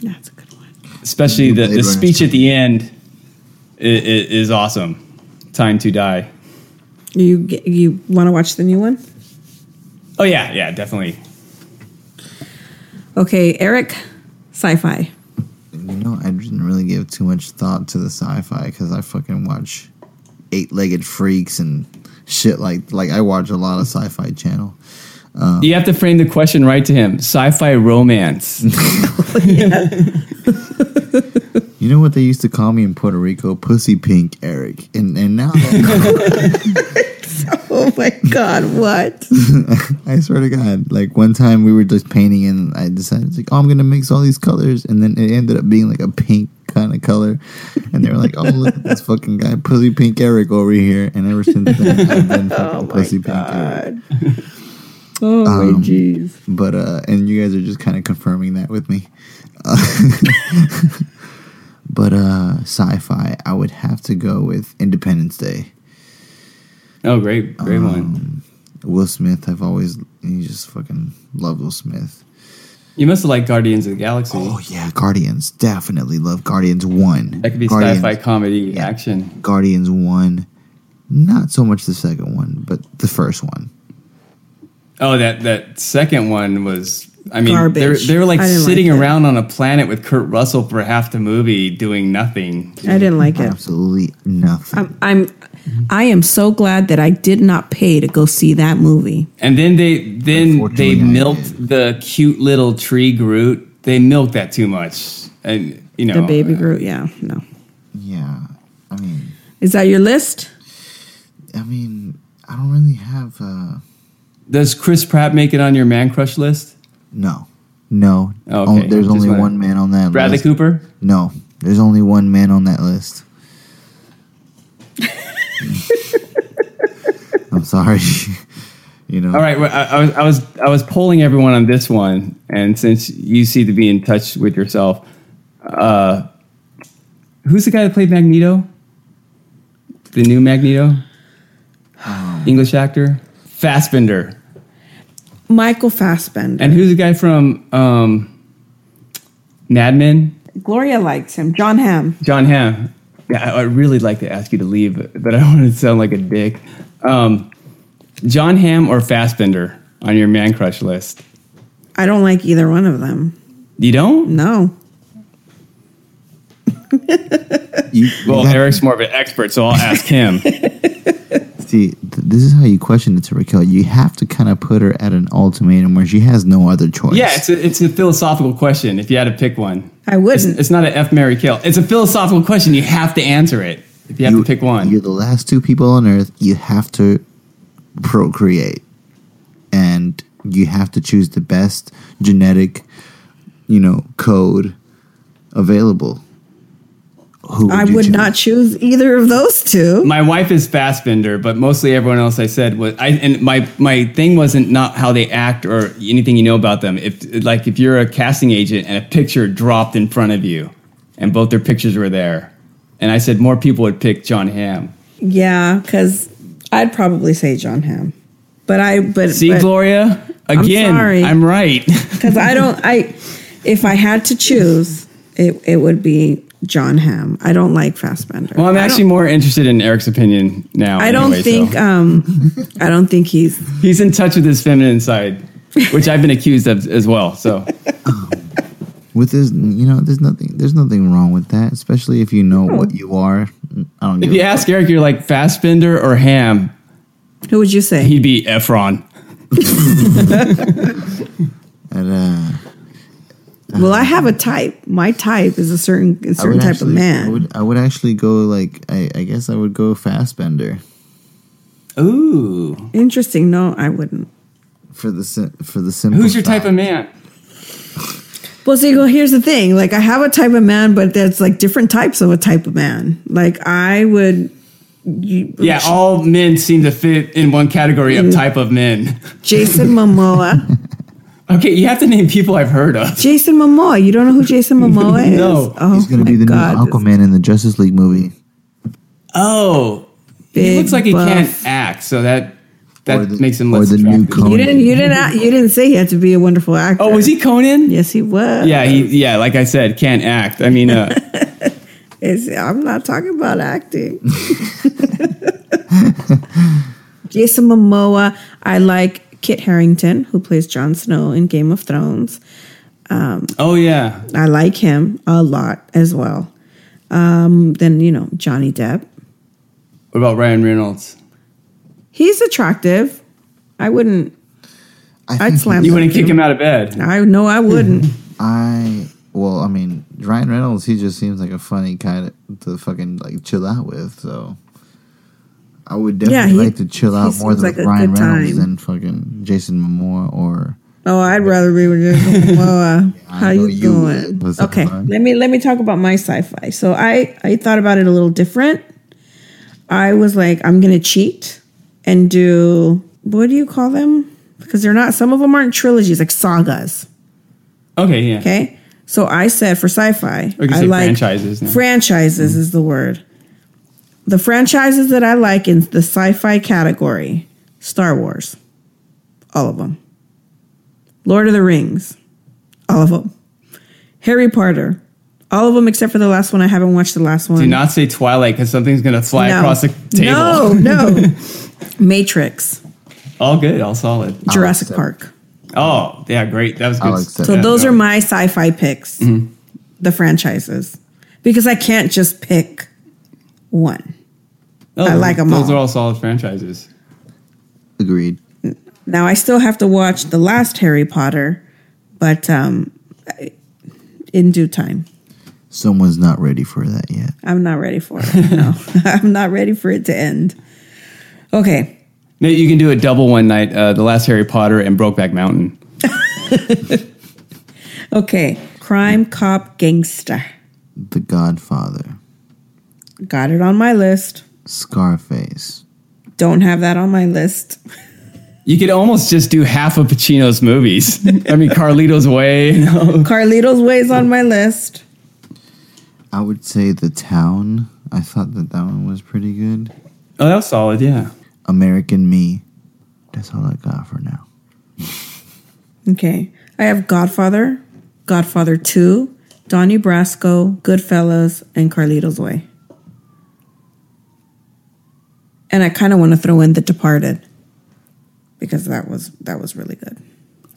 S2: That's a good one.
S3: especially
S1: Mm-hmm.
S3: the,
S1: Blade
S3: the
S1: Runner's
S3: speech at the end is, is awesome. Time to die.
S2: You get- you want to watch the new one?
S3: Oh yeah, yeah, definitely.
S2: Okay, Eric, sci-fi.
S1: You know, I didn't really give too much thought to the sci-fi because I fucking watch eight-legged freaks and shit like like I watch a lot of sci-fi channel.
S3: You have to frame the question right to him. Sci-fi romance.
S1: You know what they used to call me in Puerto Rico, Pussy Pink Eric, and and now
S2: Oh my God! What?
S1: I swear to God, like one time we were just painting and I decided like, oh, I'm gonna mix all these colors, and then it ended up being like a pink kind of color, and they were like, oh look at this fucking guy, Pussy Pink Eric over here, and ever since then I've been fucking Pussy Pink Eric.
S2: Oh my jeez.
S1: but uh and you guys are just kind of confirming that with me Uh, but uh sci-fi i would have to go with independence day
S3: Oh, great, great
S1: Um.
S3: one.
S1: will smith i've always you just fucking love will smith
S3: You must have liked Guardians of the Galaxy.
S1: oh yeah guardians definitely love guardians one
S3: That could be
S1: guardians,
S3: sci-fi comedy action.
S1: guardians one not so much the second one but the first one
S3: Oh, that that second one was. I mean,
S2: Garbage.
S3: they were, they were like
S2: I didn't like
S3: sitting
S2: it.
S3: around on a planet with Kurt Russell for half the movie doing nothing.
S2: I didn't like it. Um,
S1: absolutely nothing
S2: I'm, I'm I am so glad that I did not pay to go see that movie.
S3: And then they then
S1: Unfortunately,
S3: they
S1: I
S3: milked the cute little tree Groot. They milked that too much, and you
S2: The
S3: know
S2: Baby Groot. Yeah, no.
S1: yeah i mean
S2: Is that your list?
S1: i mean i don't really have uh
S3: Does Chris Pratt make it on your man crush list?
S1: No, no.
S3: Oh, okay.
S1: Oh, there's
S3: Just
S1: only one
S3: wanted-
S1: man on that
S3: Bradley
S1: list.
S3: Cooper.
S1: No, there's only one man on that list. I'm sorry. you know.
S3: All right, well, I, I was I was I was polling everyone on this one, and since you seem to be in touch with yourself, uh, who's the guy that played Magneto? The new Magneto, English actor Fassbender,
S2: Michael Fassbender.
S3: and who's the guy from um, Mad Men?
S2: Gloria likes him. John Hamm.
S3: John Hamm. Yeah, I- I'd really like to ask you to leave, but I don't want to sound like a dick. Um, John Hamm or Fassbender on your man crush list?
S2: I don't like either one of them.
S3: You don't?
S2: No.
S1: You,
S3: Well,
S1: you got-
S3: Eric's more of an expert, so I'll ask him.
S1: see, th- this is how you question it to Raquel. You have to kind of put her at an ultimatum where she has no other choice.
S3: yeah, it's a, it's a philosophical question. If you had to pick one,
S2: I
S3: it's,
S2: wouldn't.
S3: it's not an F Mary kill. It's a philosophical question. You have to answer it. If you have
S1: You-
S3: to pick
S1: You're
S3: one,
S1: the last two people on Earth. You have to procreate, and you have to choose the best genetic, you know, code available. Who
S2: I
S1: you
S2: would
S1: choose?
S2: not choose either of those two.
S3: my wife is Fassbender, but mostly everyone else I said was I. And my my thing wasn't not how they act or anything you know about them. If like if you're a casting agent and a picture dropped in front of you, and both their pictures were there, and I said more people would pick John Hamm.
S2: Yeah, because I'd probably say John Hamm. But I but
S3: See, Gloria, again,
S2: sorry.
S3: I'm right.
S2: because I don't I if I had to choose it it would be John Hamm. I don't like Fassbender.
S3: Well, I'm
S2: I don't-
S3: actually more interested in Eric's opinion now.
S2: I don't
S3: anyway,
S2: think
S3: so.
S2: um I don't think he's
S3: he's in touch with his feminine side, which I've been accused of as well. So
S1: with this. You know, there's nothing. There's nothing wrong with that, especially if you know what you are. I don't.
S3: if
S1: Give
S3: you
S1: a-
S3: ask Eric, you're like Fassbender or Ham,
S2: who would you say?
S3: he'd be Efron.
S1: And, uh,
S2: Well, I have a type. My type is a certain a
S1: I would
S2: certain type
S1: actually-
S2: of man.
S1: I would, I would actually go like I, I guess I would go Fastbender
S3: Ooh.
S2: Interesting. No, I wouldn't.
S1: for the sim- for the simple.
S3: Who's your type
S1: fact-
S3: of man?
S2: Well, see, well, here's the thing. Like, I have a type of man, but there's like different types of a type of man. Like, I would. You,
S3: Yeah, all men seem to fit in one category of type of men.
S2: Jason Momoa.
S3: Okay, you have to name people I've heard of.
S2: Jason Momoa. You don't know who Jason Momoa is?
S3: No.
S2: Oh,
S1: He's gonna
S2: my
S1: be the
S2: God.
S1: new Aquaman in the Justice League movie.
S3: Oh, he
S2: Big
S3: looks like he
S2: buff.
S3: can't act, so that
S1: Or
S3: that
S1: the-
S3: makes him
S1: or
S3: less
S1: the new
S3: attractive.
S1: Conan.
S2: You didn't. You didn't. a- You didn't say he had to be a wonderful actor.
S3: Oh, was he Conan?
S2: Yes, he was.
S3: Yeah, he, yeah. Like I said, can't act. I mean, uh,
S2: It's, I'm not talking about acting. Jason Momoa. I like Kit Harrington, who plays Jon Snow in Game of Thrones.
S3: oh yeah,
S2: I like him a lot as well. Um, then you know Johnny Depp.
S3: What about Ryan Reynolds?
S2: He's attractive. I wouldn't. I'd
S1: think
S2: slam
S1: he's-
S3: You wouldn't kick him out of bed.
S2: I know I wouldn't.
S1: I well, I mean Ryan Reynolds. He just seems like a funny kind of to fucking like chill out with. So I would definitely
S2: Yeah, he-
S1: like to chill
S2: he
S1: out more
S2: seems
S1: than
S2: like
S1: with
S2: a
S1: Ryan
S2: good
S1: Reynolds
S2: time.
S1: than fucking Jason Momoa or
S2: Oh, I'd rather be with Jason Momoa.
S1: I
S2: How
S1: know
S2: you,
S1: you
S2: doing?
S1: would, but
S2: Okay,
S1: that's fine.
S2: let me let me talk about my sci-fi. So I I thought about it a little different. I was like, I'm gonna cheat and do what do you call them? Because they're not. Some of them aren't trilogies, like sagas.
S3: Okay, yeah.
S2: Okay. So I said for sci-fi,
S3: Or you can
S2: I
S3: say
S2: like
S3: franchises now.
S2: Franchises is the word. The franchises that I like in the sci-fi category: Star Wars, all of them. Lord of the Rings, all of them. Harry Potter, all of them except for the last one. I haven't watched the last one.
S3: Do not say Twilight because something's gonna fly
S2: No.
S3: across the table.
S2: No, no. Matrix,
S3: All good, all solid.
S2: Jurassic
S1: accept-
S2: Park.
S3: Oh yeah, great. That was good.
S1: I'll accept
S2: So
S1: Yeah,
S2: those are my sci-fi picks, the franchises, because I can't just pick one. I like 'em
S3: Oh, Those
S2: all.
S3: are all solid franchises.
S1: agreed.
S2: Now I still have to watch the last Harry Potter, but um, I- in due time.
S1: Someone's not ready for that yet.
S2: I'm not ready for it. No, I'm not ready for it to end. Okay,
S3: Nate, you can do a double one night. Uh, the last Harry Potter and Brokeback Mountain.
S2: okay. Crime, cop, gangster.
S1: The Godfather,
S2: Got it on my list.
S1: Scarface.
S2: Don't have that on my list.
S3: You could almost just do half of Pacino's movies. I mean, Carlito's Way. you know?
S2: Carlito's Way is on my list.
S1: I would say The Town. I thought that that one was pretty good.
S3: Oh, that was solid. Yeah.
S1: American Me. That's all I got for now.
S2: Okay. I have Godfather, Godfather 2, Donnie Brasco, Goodfellas, and Carlito's Way. And I kind of want to throw in The Departed because that was that was really good.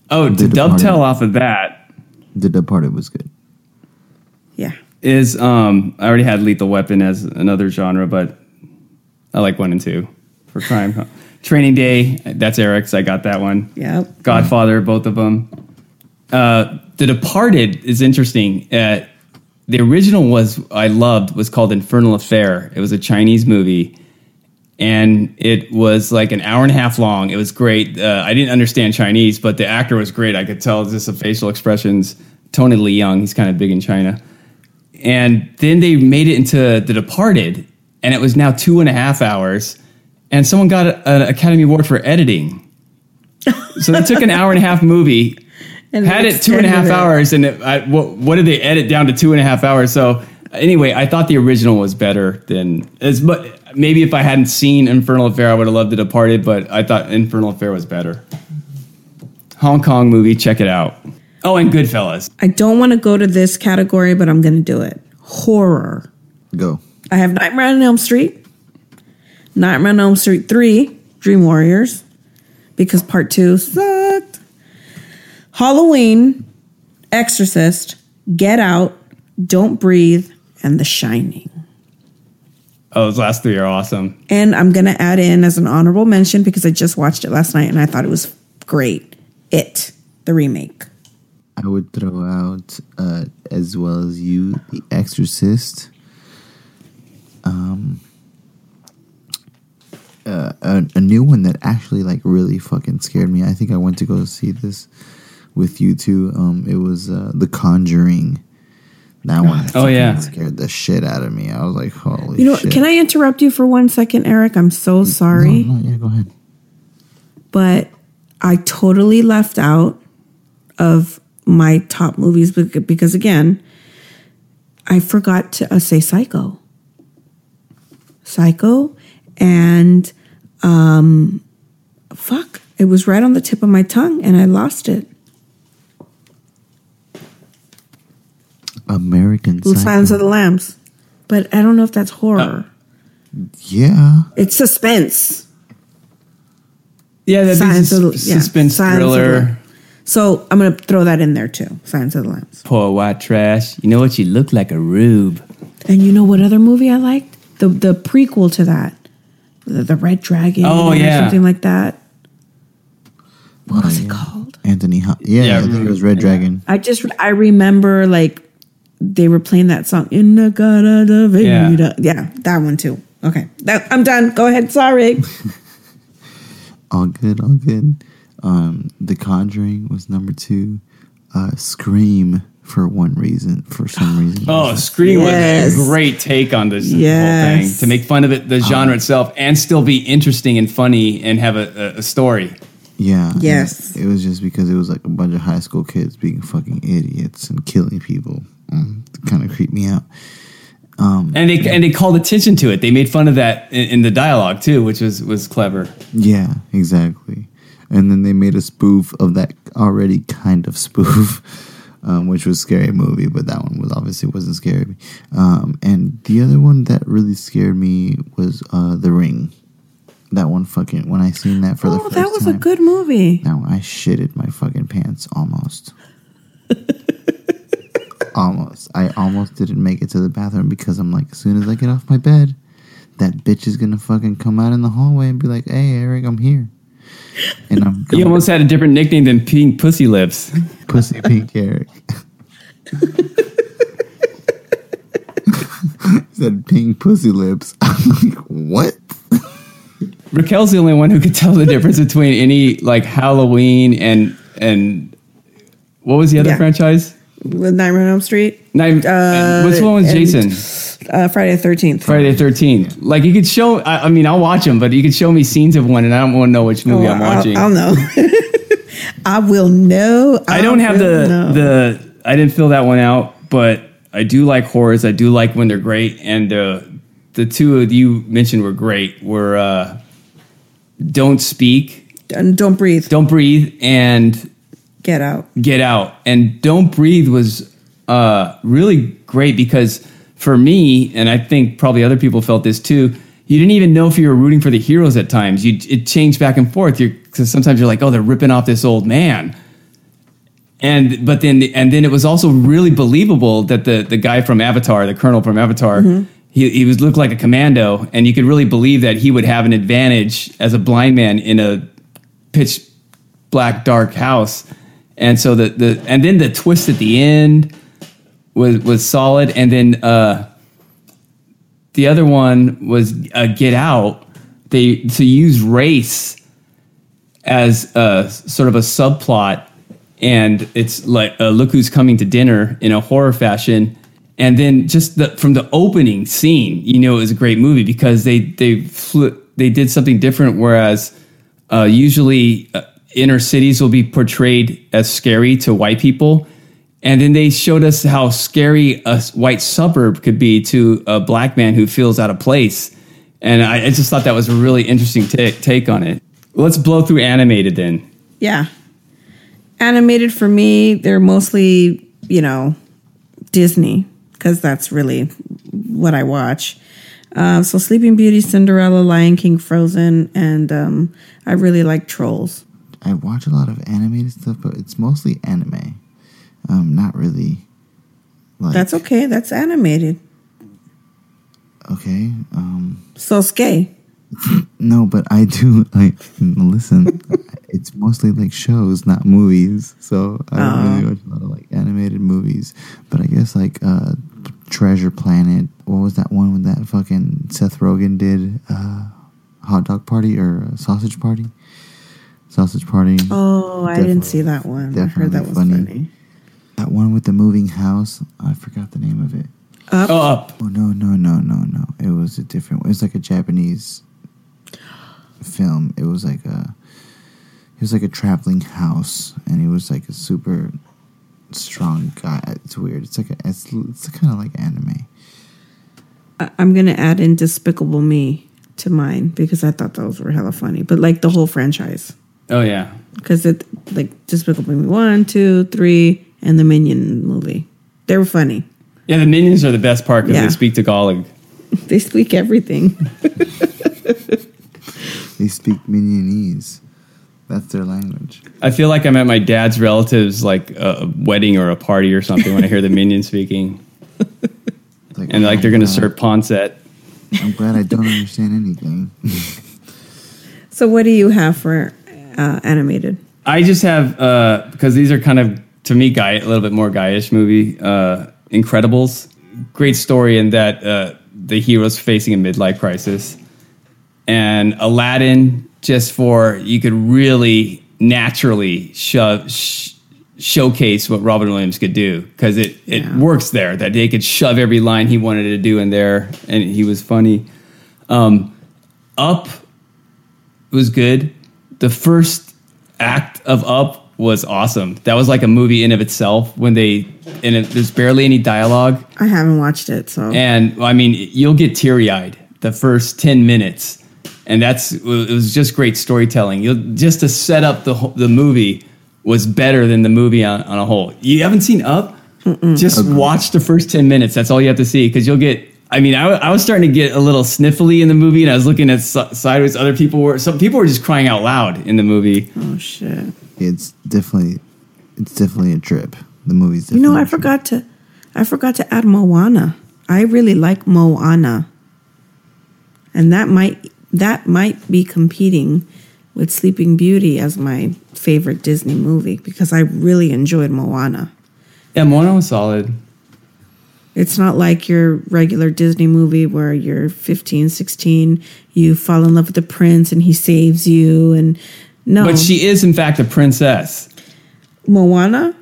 S3: Oh, to
S1: Did
S3: dovetail
S1: Departed.
S3: off of that
S1: The Departed was good.
S2: Yeah.
S3: is um, I already had Lethal Weapon as another genre, but I like one and two for crime. Training Day. That's Eric's. I got that one.
S2: Yep.
S3: Godfather, both of them. Uh, the Departed is interesting. Uh, the original was I loved was called Infernal Affair. It was a Chinese movie, and it was like an hour and a half long. It was great. Uh, I didn't understand Chinese, but the actor was great. I could tell just the facial expressions. Tony Leung, he's kind of big in China, and then they made it into The Departed, and it was now two and a half hours. And someone got a- an Academy Award for editing. So they took an hour and a half movie,
S2: And
S3: had
S2: they
S3: it two and a half
S2: extended it.
S3: hours, and it, I, what, what did they edit down to two and a half hours? So anyway, I thought the original was better than as much. Maybe if I hadn't seen Infernal Affair, I would have loved The Departed, but I thought Infernal Affair was better. Hong Kong movie, check it out. Oh, and Goodfellas.
S2: I don't want to go to this category, but I'm going to do it. Horror.
S1: Go.
S2: I have Nightmare on Elm Street, Nightmare on Elm Street 3, Dream Warriors, because part two sucked. Halloween, Exorcist, Get Out, Don't Breathe, and The Shining.
S3: Oh, those last three are awesome.
S2: And I'm going to add in as an honorable mention because I just watched it last night and I thought it was great. It, the remake.
S1: I I would throw out, uh, as well as you, The Exorcist. Um, uh, a, a new one that actually like really fucking scared me. I think I went to go see this with you too. Um, it was uh, The Conjuring. That one.
S3: Oh, yeah.
S1: fucking scared the shit out of me. I was like, holy.
S2: You know,
S1: shit.
S2: can I interrupt you for one second, Eric? I'm so sorry,
S1: No, no, yeah, go ahead.
S2: but I totally left out of my top movies bec- because, again, I forgot to uh, say Psycho. Psycho and um, fuck, it was right on the tip of my tongue and I lost it.
S1: American
S2: Little
S1: Psycho.
S2: Silence of the Lambs. But I don't know if that's horror.
S3: Oh.
S1: Yeah.
S2: It's suspense.
S3: Yeah, that'd
S2: Science
S3: be
S2: of
S3: sus-
S2: the- yeah,
S3: suspense
S2: Science of the Lambs.
S3: thriller,
S2: So I'm going to throw that in there too. Silence of the Lambs.
S3: poor white trash. You know what? You look like a rube.
S2: And you know what other movie I liked? The the prequel to that. The, the Red Dragon.
S3: Oh,
S2: or
S3: yeah.
S2: Something like that. What was
S1: Yeah.
S2: it called?
S1: Anthony. Ho- yeah,
S3: Yeah,
S1: I think it
S3: Ru-
S1: was Red Dragon.
S2: I just, I remember like they were playing that song. In the God of the
S3: Yeah.
S2: Vida. Yeah, that one too. Okay. That, I'm done. Go ahead. Sorry.
S1: All good, all good. Um, The Conjuring was number two. Uh, Scream for one reason, for some reason.
S3: Oh, Scream
S2: Yes.
S3: was a great take on this whole
S2: Yes.
S3: thing to make fun of it, the genre itself, and still be interesting and funny and have a, a, a story.
S1: yeah. and
S2: Yes.
S1: It was just because it was like a bunch of high school kids being fucking idiots and killing people. Mm, kind of creeped me out.
S3: And they and they called attention to it. They made fun of that in, in the dialogue too, which was was clever.
S1: Yeah, exactly. And then they made a spoof of that already kind of spoof, um, which was scary movie, but that one was obviously wasn't scary. Um, and the other one that really scared me was uh, The Ring. That one fucking when I seen that for the
S2: oh,
S1: first
S2: that was
S1: time.
S2: a good movie.
S1: Now I shitted my fucking pants almost. almost. I almost didn't make it to the bathroom because I'm like, as soon as I get off my bed, that bitch is gonna fucking come out in the hallway and be like, "Hey, Eric, I'm here," and I'm
S3: You
S1: gonna
S3: almost had a different nickname than Pink Pussy Lips.
S1: pussy pink Eric. Said pink pussy lips. I'm like, what?
S3: Raquel's the only one who could tell the difference between any like Halloween and and what was the other
S2: Yeah.
S3: franchise?
S2: With Nightmare on Elm Street.
S3: Night,
S2: Uh,
S3: what's the one with
S2: and-
S3: Jason?
S2: Uh, Friday the 13th.
S3: Friday the Thirteenth. Like you could show. I, I mean, I'll watch them, but you could show me scenes of one, and I don't want to know which movie I'm
S2: Oh, I'll-
S3: watching.
S2: I'll, know. I will know.
S3: I don't have the
S2: will know.
S3: the. I didn't fill that one out, but I do like horrors. I do like when they're great, and uh, the two of you mentioned were great. Were uh, don't speak,
S2: And don't breathe.
S3: don't breathe, and
S2: Get out.
S3: Get Out. And Don't Breathe was uh, really great because for me, and I think probably other people felt this too, you didn't even know if you were rooting for the heroes at times. You, it changed back and forth. You're, cause sometimes you're like, oh, they're ripping off this old man. And but then and then it was also really believable that the the guy from Avatar, the colonel from Avatar, he he was looked like a commando, and you could really believe that he would have an advantage as a blind man in a pitch black dark house and so the, the and then the twist at the end was was solid and then uh the other one was uh, get out they to use race as a sort of a subplot and it's like uh, look who's coming to dinner in a horror fashion and then just the, from the opening scene you know it was a great movie because they they flew, they did something different whereas uh, usually uh, inner cities will be portrayed as scary to white people and then they showed us how scary a s- white suburb could be to a black man who feels out of place and i, I just thought that was a really interesting ta- take on it let's blow through animated then
S2: Yeah. Animated for me, they're mostly, you know, Disney, because that's really what I watch. Uh, so Sleeping Beauty, Cinderella, Lion King, Frozen, and um, I really like Trolls.
S1: I watch a lot of animated stuff, but it's mostly anime. Um, not really. Like,
S2: That's okay. That's animated.
S1: okay. Um,
S2: Sosuke.
S1: No, but I do. I listen. it's mostly like shows, not movies. So I don't
S2: Uh-huh.
S1: really watch a lot of like animated movies. But I guess like uh, Treasure Planet. What was that one when that fucking Seth Rogen did uh, hot dog party or uh, sausage party? Sausage party.
S2: Oh, I didn't see that one. I heard
S1: definitely
S2: that was
S1: funny.
S2: funny.
S1: That one with the moving house. I forgot the name of it.
S3: Oh, up.
S1: Oh no no no no no! It was a different. It was like a Japanese film. It was like a. It was like a traveling house, and he was like a super strong guy. It's weird. It's like a. It's it's kind of like anime.
S2: I- I'm gonna add in Despicable Me to mine because I thought those were hella funny. But like the whole franchise,
S3: Oh yeah.
S2: because it like Despicable Me one, two, three, and the Minion movie. They were funny.
S3: Yeah, the minions are the best part because
S2: Yeah.
S3: they speak Tagalog.
S2: They squeak everything.
S1: They speak Minionese. That's their language.
S3: I feel like I'm at my dad's relatives, like a wedding or a party or something, when I hear the minions speaking,
S1: It's Like,
S3: and like
S1: oh
S3: they're gonna
S1: my
S3: serve Ponset.
S1: God, I'm glad I don't understand anything.
S2: So what do you have for uh, animated?
S3: I just have uh because these are kind of to me guy a little bit more guyish movie. Uh, Incredibles, great story in that uh, the hero's facing a midlife crisis, and Aladdin just for you could really naturally shove. Sh- showcase what Robin Williams could do because it it
S2: Yeah.
S3: works there that they could shove every line he wanted to do in there and he was funny. Um, Up was good. The first act of Up was awesome. That was like a movie in of itself when they and it, there's barely any dialogue.
S2: I haven't watched it, so
S3: And well, I mean, you'll get teary eyed the first 10 minutes. And that's, it was just great storytelling. You'll, just to set up the, whole- the movie was better than the movie on, on a whole. You haven't seen Up? Just watch the first 10 minutes. That's all you have to see because you'll get. I mean, I, wa- I was starting to get a little sniffly in the movie, and I was looking at si- sideways. Other people were some people were just crying out loud in the movie.
S2: oh shit.
S1: It's definitely, it's definitely a trip. The movie's.
S2: You
S1: Definitely
S2: know,
S1: a
S2: I
S1: trip.
S2: forgot to, I forgot to add Moana. I really like Moana, and that might that might be competing with Sleeping Beauty as my favorite Disney movie because I really enjoyed Moana.
S3: Yeah, Mono was solid.
S2: It's not like your regular Disney movie where you're 15, 16, you fall in love with the prince and he saves you and no.
S3: But she is, in fact, a princess.
S2: Moana,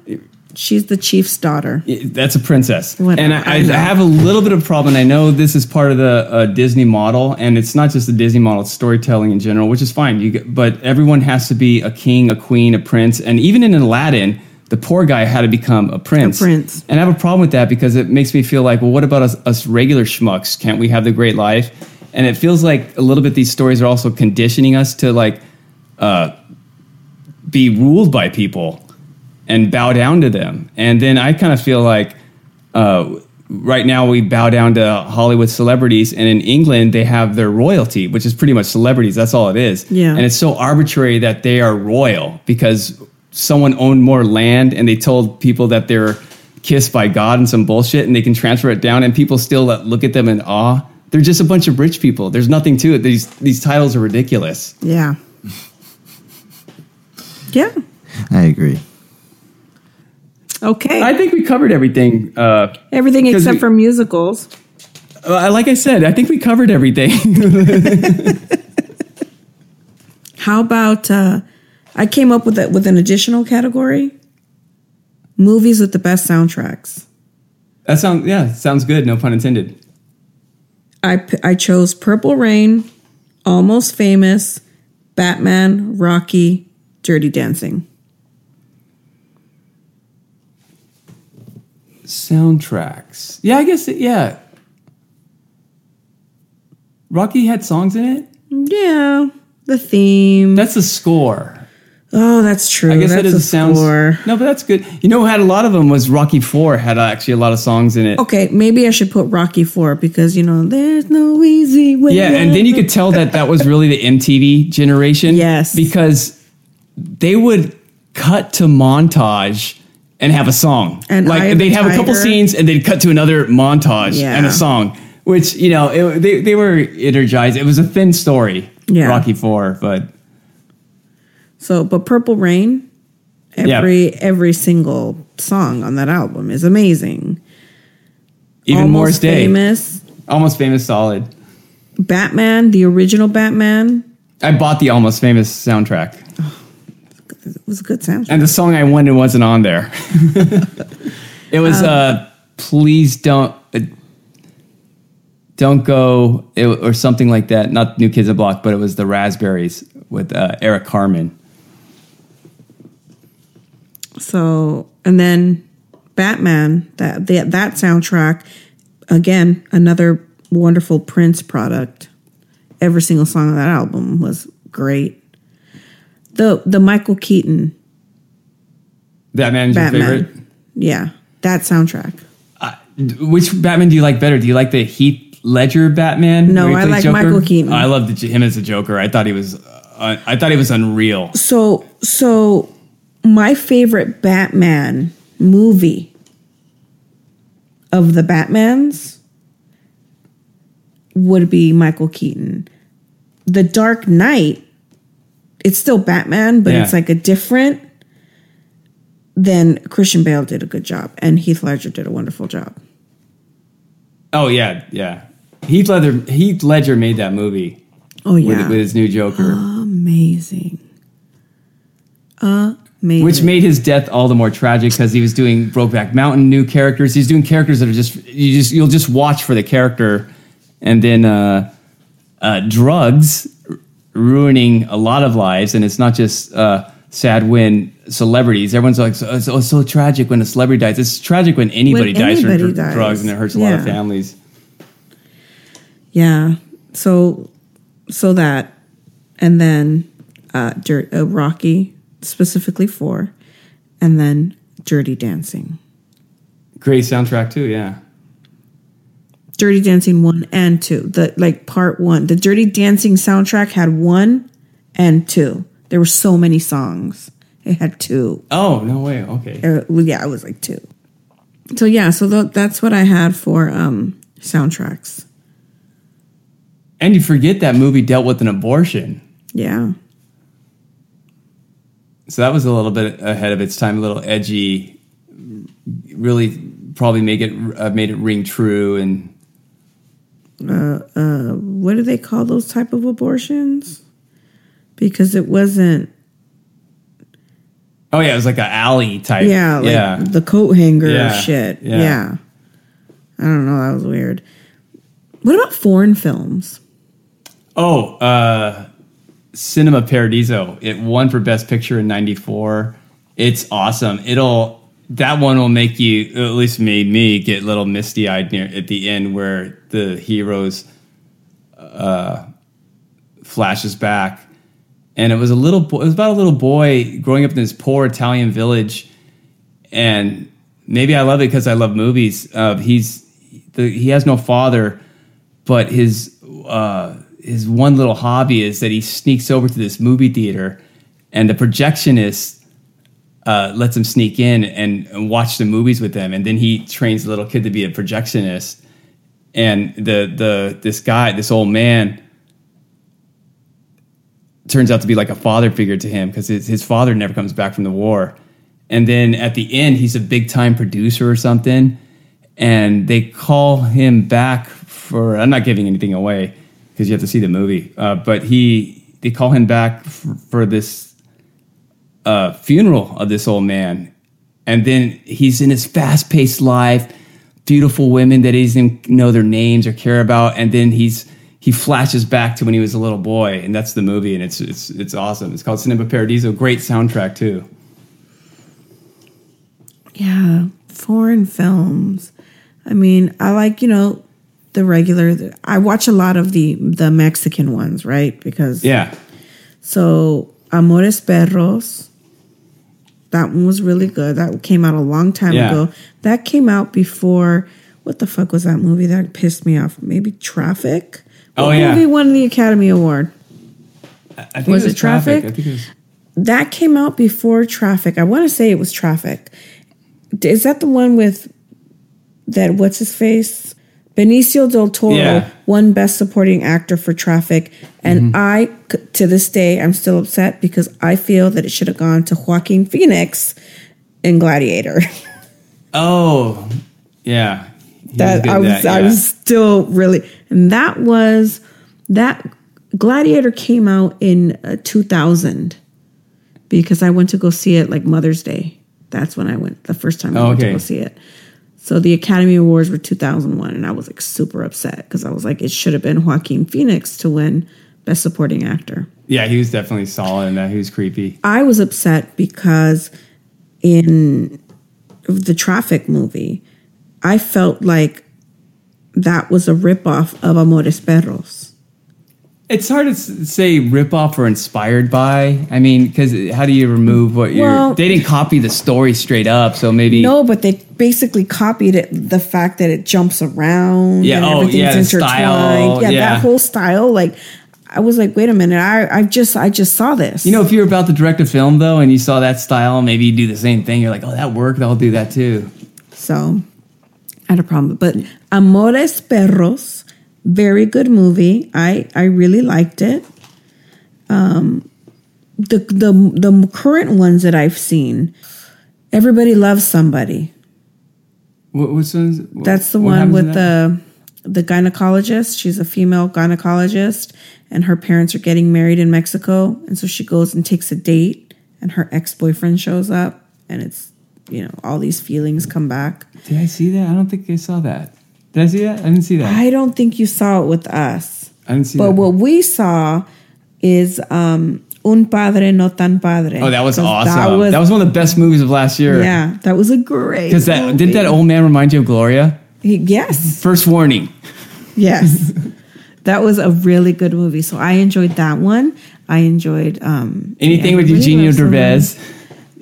S2: she's the chief's daughter.
S3: That's a princess.
S2: What-
S3: and I, I,
S2: I know.
S3: have a little bit of problem. and I know this is part of the uh, Disney model, and it's not just the Disney model; it's storytelling in general, which is fine. You, get- but everyone has to be a king, a queen, a prince, and even in Aladdin, the poor guy had to become a prince.
S2: prince.
S3: And I have a problem with that because it makes me feel like, well, what about us, us regular schmucks? Can't we have the great life? And it feels like a little bit these stories are also conditioning us to like uh, be ruled by people and bow down to them. And then I kind of feel like uh, right now we bow down to Hollywood celebrities, and in England they have their royalty, which is pretty much celebrities. That's all it is.
S2: Yeah.
S3: And it's so arbitrary that they are royal because someone owned more land and they told people that they're kissed by God and some bullshit, and they can transfer it down, and people still let- look at them in awe. They're just a bunch of rich people. There's nothing to it. These these titles are ridiculous.
S2: Yeah. Yeah.
S1: I agree.
S2: Okay.
S3: I think we covered everything. Uh,
S2: Everything
S3: 'Cause
S2: except
S3: we-
S2: for musicals.
S3: Uh, like I said, I think we covered everything.
S2: How about uh, I came up with a, with an additional category? Movies with the best soundtracks.
S3: that sounds yeah, sounds good. No pun intended.
S2: I p- I chose Purple Rain, Almost Famous, Batman, Rocky, Dirty Dancing.
S3: Soundtracks. Yeah, I guess it, yeah. Rocky had songs in it.
S2: Yeah, the theme.
S3: That's the score.
S2: oh, that's true.
S3: I guess
S2: that's
S3: that is a sound.
S2: score.
S3: No, but that's good. You know, who had a lot of them was Rocky Four had uh, actually a lot of songs in it.
S2: Okay, maybe I should put Rocky Four because you know there's no easy way.
S3: Yeah, and then you
S2: out.
S3: could tell that that was really the MTV generation.
S2: Yes.
S3: because they would cut to montage and have a song.
S2: And Eye
S3: like
S2: of
S3: they'd
S2: the
S3: have a couple
S2: Tiger.
S3: scenes and they'd cut to another montage
S2: Yeah.
S3: and a song, which you know it, they they were energized. It was a thin story,
S2: Yeah.
S3: Rocky Four, but
S2: So, but Purple Rain,
S3: Yeah.
S2: every every single song on that album is amazing.
S3: Even
S2: Almost
S3: Morris Day.
S2: Famous.
S3: Almost Famous Solid.
S2: Batman, the original Batman.
S3: I bought the Almost Famous soundtrack.
S2: It was a good sound.
S3: And the song I wanted wasn't on there. it
S2: Um,
S3: was uh, "Please Don't uh, Don't Go" it, or something like that. Not New Kids on the Block, but it was the Raspberries with uh, Eric Carmen.
S2: So, and then Batman, that that, that soundtrack again, another wonderful Prince product. Every single song on that album was great. The the Michael Keaton
S3: Batman's
S2: Batman.
S3: your favorite.
S2: Yeah, that soundtrack.
S3: D- Which Batman do you like better? Do you like the Heath Ledger Batman?
S2: No,
S3: where he
S2: I
S3: plays
S2: like Michael Keaton.
S3: I love the, him as a Joker. I thought he was. Uh, I thought he was unreal.
S2: So, so my favorite Batman movie of the Batmans would be Michael Keaton. The Dark Knight, it's still Batman, but it's
S3: Yeah.
S2: like a different. Then Christian Bale did a good job, and Heath Ledger did a wonderful job.
S3: Oh yeah, yeah. Heath Ledger. Heath Ledger made that movie
S2: Oh
S3: with,
S2: yeah,
S3: with his new Joker.
S2: amazing, amazing.
S3: Which made his death all the more tragic because he was doing Brokeback Mountain, new characters. He's doing characters that are just you just you'll just watch for the character, and then uh, uh, drugs r- ruining a lot of lives, and it's not just uh, sad when celebrities. Everyone's like, so, it's oh, so tragic when a celebrity dies. It's tragic when anybody dies from
S2: anybody
S3: dr-
S2: dies.
S3: drugs, and it hurts a lot of
S2: Yeah.
S3: families.
S2: Yeah. So, so that, and then uh, dirt, uh, Rocky specifically four, and then Dirty Dancing.
S3: Great soundtrack too, yeah.
S2: Dirty Dancing one and two. The like part one. The Dirty Dancing soundtrack had one and two. There were so many songs. It had two.
S3: Oh no way, okay.
S2: Uh, well, yeah, I was like two. So yeah, so th- that's what I had for um soundtracks.
S3: And you forget that movie dealt with an abortion.
S2: Yeah.
S3: So that was a little bit ahead of its time, a little edgy. Really, probably make it uh, made it ring true, and
S2: what do they call those type of abortions? Because it wasn't
S3: oh yeah, it was like an alley type.
S2: yeah, like
S3: yeah.
S2: the coat hanger
S3: Yeah,
S2: shit.
S3: yeah.
S2: Yeah. I don't know, that was weird. What about foreign films?
S3: Oh, uh, Cinema Paradiso. It won for Best Picture in '94. It's awesome. It'll that one will make you at least made me get a little misty eyed near at the end where the heroes uh, flashes back, and it was a little. Bo- it was about a little boy growing up in this poor Italian village, and maybe I love it because I love movies. Uh, he's the, he has no father, but his uh, his one little hobby is that he sneaks over to this movie theater, and the projectionist uh, lets him sneak in and, and watch the movies with them, and then he trains the little kid to be a projectionist. And the the this guy, this old man, turns out to be like a father figure to him because his, his father never comes back from the war. And then at the end, he's a big time producer or something. And they call him back for, I'm not giving anything away because you have to see the movie. Uh, but he, they call him back for, for this uh, funeral of this old man. And then he's in his fast paced life, beautiful women that he doesn't know their names or care about. And then he's, he flashes back to when he was a little boy, and that's the movie, and it's it's it's awesome. It's called Cinema Paradiso. Great soundtrack too.
S2: Yeah, foreign films. I mean, I like, you know, the regular I watch a lot of the the Mexican ones, right? Because
S3: Yeah,
S2: So, Amores Perros. That one was really good. That came out a long time
S3: Yeah.
S2: ago. That came out before what the fuck was that movie that pissed me off? Maybe Traffic.
S3: Oh,
S2: What
S3: yeah.
S2: movie won the Academy Award?
S3: I think
S2: Was it Traffic?
S3: I think it was.
S2: That came out before Traffic. I want to say it was Traffic. D- Is that the one with that what's his face? Benicio del Toro
S3: Yeah.
S2: won Best Supporting Actor for Traffic, and I c I to this day I'm still upset because I feel that it should have gone to Joaquin Phoenix in Gladiator.
S3: Oh, yeah. He
S2: that
S3: good
S2: I
S3: in
S2: was I
S3: yeah.
S2: was still really and that was that Gladiator came out in uh, 2000 because I went to go see it like Mother's Day. That's when I went the first time I went to
S3: Oh, Okay.
S2: go see it. So the Academy Awards were 2001 and I was like super upset cuz I was like it should have been Joaquin Phoenix to win best supporting actor.
S3: Yeah, he was definitely solid in that. He was creepy.
S2: I was upset because in the traffic movie, I felt like that was a ripoff of Amores Perros.
S3: It's hard to s- say rip off or inspired by. I mean, because how do you remove what you're?
S2: Well-
S3: they didn't copy the story straight up, so maybe
S2: No, but they basically copied it. The fact that it jumps around,
S3: Yeah,
S2: and
S3: oh,
S2: everything's
S3: yeah, the
S2: intertwined,
S3: style,
S2: yeah,
S3: yeah.
S2: that whole style. Like, I was like, wait a minute, I, I just, I just saw this.
S3: You know, if you were about to direct a film though, and you saw that style, maybe you do the same thing. You're like, oh, that worked. I'll do that too.
S2: So I had a problem. But Amores Perros, very good movie. I I really liked it. Um the the the current ones that I've seen, everybody loves somebody.
S3: What, which one's, wh-
S2: That's the
S3: what
S2: one
S3: happens
S2: with
S3: in that?
S2: the the gynecologist. She's a female gynecologist, and her parents are getting married in Mexico, and so she goes and takes a date, and her ex boyfriend shows up, and it's you know all these feelings come back.
S3: Did I see that? I don't think I saw that. Did I see that? I didn't see that.
S2: I don't think you saw it with us.
S3: I didn't see
S2: But
S3: that.
S2: what we saw is um, Un Padre No Tan Padre.
S3: oh, that was
S2: 'Cause
S3: awesome. That was, one of the best movies of last year.
S2: yeah, that was a great.
S3: Because that did that
S2: movie.
S3: old man remind you of Gloria?
S2: He- yes,
S3: First warning.
S2: yes, that was a really good movie. So I enjoyed that one. I enjoyed um,
S3: Anything
S2: yeah,
S3: with
S2: everybody
S3: Eugenio
S2: loves someone.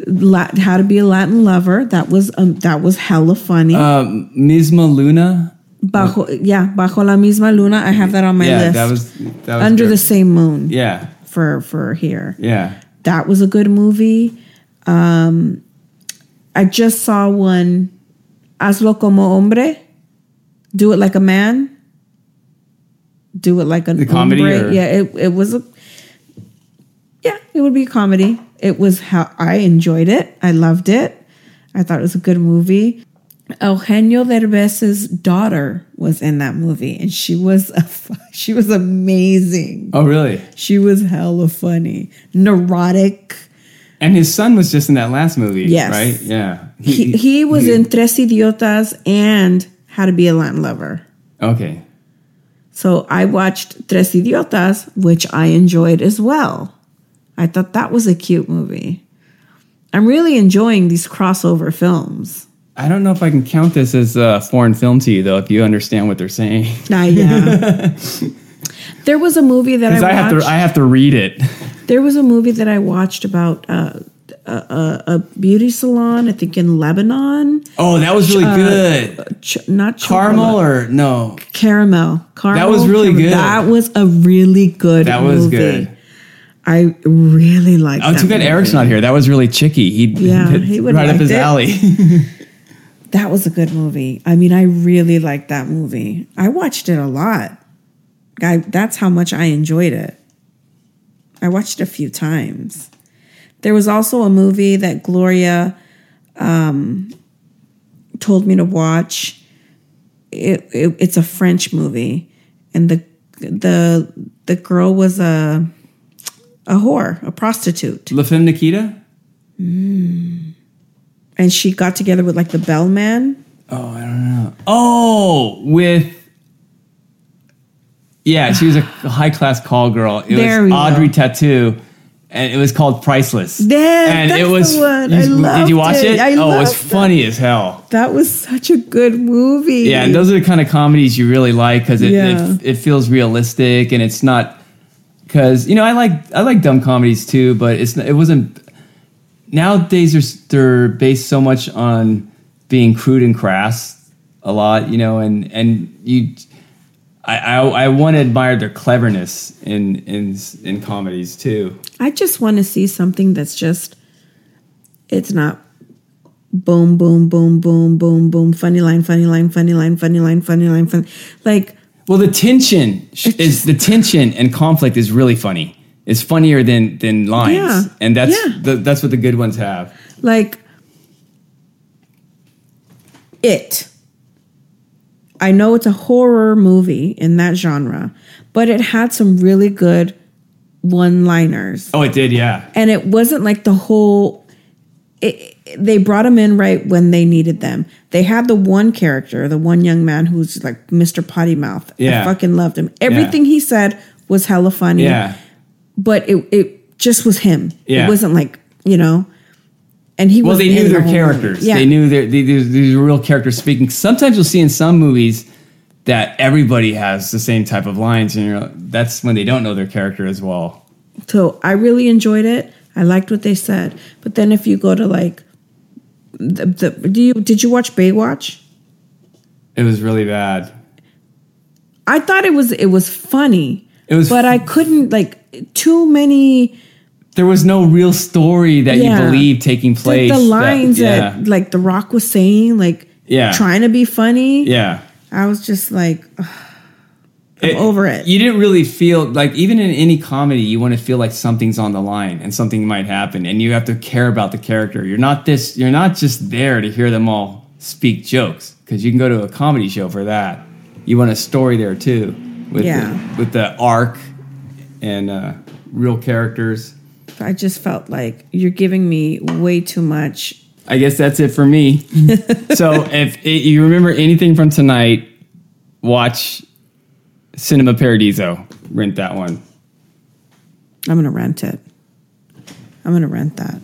S3: Derbez.
S2: Lat- How to Be a Latin Lover. That was um, that was hella funny.
S3: Um, Misma Luna.
S2: Bajo yeah, Bajo la misma luna. I have that on my
S3: yeah,
S2: list.
S3: that was that was
S2: under
S3: good.
S2: the same moon.
S3: Yeah,
S2: for for here.
S3: yeah.
S2: that was a good movie. Um, I just saw one, Hazlo como hombre, do it like a man, do it like an
S3: The comedy
S2: hombre.
S3: or-
S2: Yeah, it it was a yeah, it would be a comedy. It was how I enjoyed it. I loved it. I thought it was a good movie. Eugenio Derbez's daughter was in that movie, and she was a, she was amazing.
S3: Oh, really?
S2: She was hella funny, neurotic.
S3: And his son was just in that last movie.
S2: Yes.
S3: Right. Yeah.
S2: He, he was in Tres Idiotas and How to Be a Latin Lover.
S3: Okay.
S2: So I watched Tres Idiotas, which I enjoyed as well. I thought that was a cute movie. I'm really enjoying these crossover films.
S3: I don't know if I can count this as a foreign film to you, though, if you understand what they're saying.
S2: Ah, yeah. there was a movie that I
S3: Because
S2: watched.
S3: I, have to, I have to read it.
S2: There was a movie that I watched about uh, a, a, a beauty salon, I think in Lebanon.
S3: Oh, that was really
S2: Uh,
S3: good.
S2: Ch- not Chocola.
S3: Caramel or no?
S2: caramel. Caramel.
S3: was really
S2: caramel.
S3: good.
S2: That was a really good.
S3: That was
S2: movie.
S3: good.
S2: I really liked.
S3: Oh,
S2: that
S3: too bad
S2: movie.
S3: Eric's not here. That was really chicky. He'd
S2: Yeah, he would
S3: right up
S2: liked
S3: his
S2: it.
S3: alley.
S2: That was a good movie. I mean, I really liked that movie. I watched it a lot. I, that's how much I enjoyed it. I watched it a few times. There was also a movie that Gloria um, told me to watch. It, it, it's a French movie, and the the the girl was a a whore, a prostitute,
S3: La Femme Nikita?
S2: and she got together with like the bellman.
S3: Oh, I don't know. Oh, with. Yeah, she was a high class call girl. It
S2: There
S3: was
S2: we go.
S3: Audrey Tattoo. And it was called Priceless.
S2: There,
S3: and
S2: that's
S3: it was.
S2: the one.
S3: you-
S2: I
S3: did
S2: loved
S3: you watch it?
S2: it. I
S3: oh, it was
S2: loved it.
S3: funny as hell.
S2: That was such a good movie.
S3: Yeah, and those are the kind of comedies you really like because it,
S2: Yeah.
S3: it it feels realistic and it's not because you know I like I like dumb comedies too, but it's it wasn't nowadays they're, s- they're based so much on being crude and crass a lot, you know, and and you. I, I, I want to admire their cleverness in in s- in comedies too.
S2: I just want to see something that's just it's not boom, boom, boom, boom, boom, boom, funny line, funny line, funny line, funny line, funny line, funny. Like
S3: Well, the tension sh- is the tension and conflict is really funny. It's funnier than than lines,
S2: Yeah.
S3: and that's
S2: Yeah.
S3: the, that's what the good ones have.
S2: like it i know it's a horror movie in that genre but it had some really good one liners
S3: Oh, it did, yeah.
S2: and it wasn't like the whole it, it- they brought him in right when they needed them they had the one character the one young man who's like mr potty mouth
S3: Yeah.
S2: i fucking loved him everything he said was hella funny
S3: Yeah,
S2: but it it just was him.
S3: Yeah.
S2: It wasn't like you know, and he.
S3: Well,
S2: was
S3: they knew their characters.
S2: Yeah,
S3: They knew their they, these, these were real characters speaking. Sometimes you'll see in some movies that everybody has the same type of lines, and you're, that's when they don't know their character as well.
S2: So I really enjoyed it. I liked what they said. But then if you go to like, the, the do you did you watch Baywatch?
S3: It was really bad.
S2: I thought it was it was funny.
S3: It was-
S2: but I couldn't like too many
S3: There was no real story that
S2: Yeah.
S3: you believe taking
S2: like
S3: place.
S2: the
S3: that-
S2: lines
S3: yeah,
S2: that, like The Rock was saying like
S3: Yeah.
S2: trying to be funny.
S3: yeah.
S2: I was just like I'm over it.
S3: You didn't really feel like even in any comedy, you want to feel like something's on the line and something might happen, and you have to care about the character. You're not this. You're not just there to hear them all speak jokes because you can go to a comedy show for that. You want a story there too, with
S2: Yeah.
S3: the, with the arc and uh, real characters.
S2: I just felt like you're giving me way too much
S3: I guess that's it for me. so if it, you remember anything from tonight, watch Cinema Paradiso. Rent that one.
S2: I'm gonna rent it. I'm gonna rent that.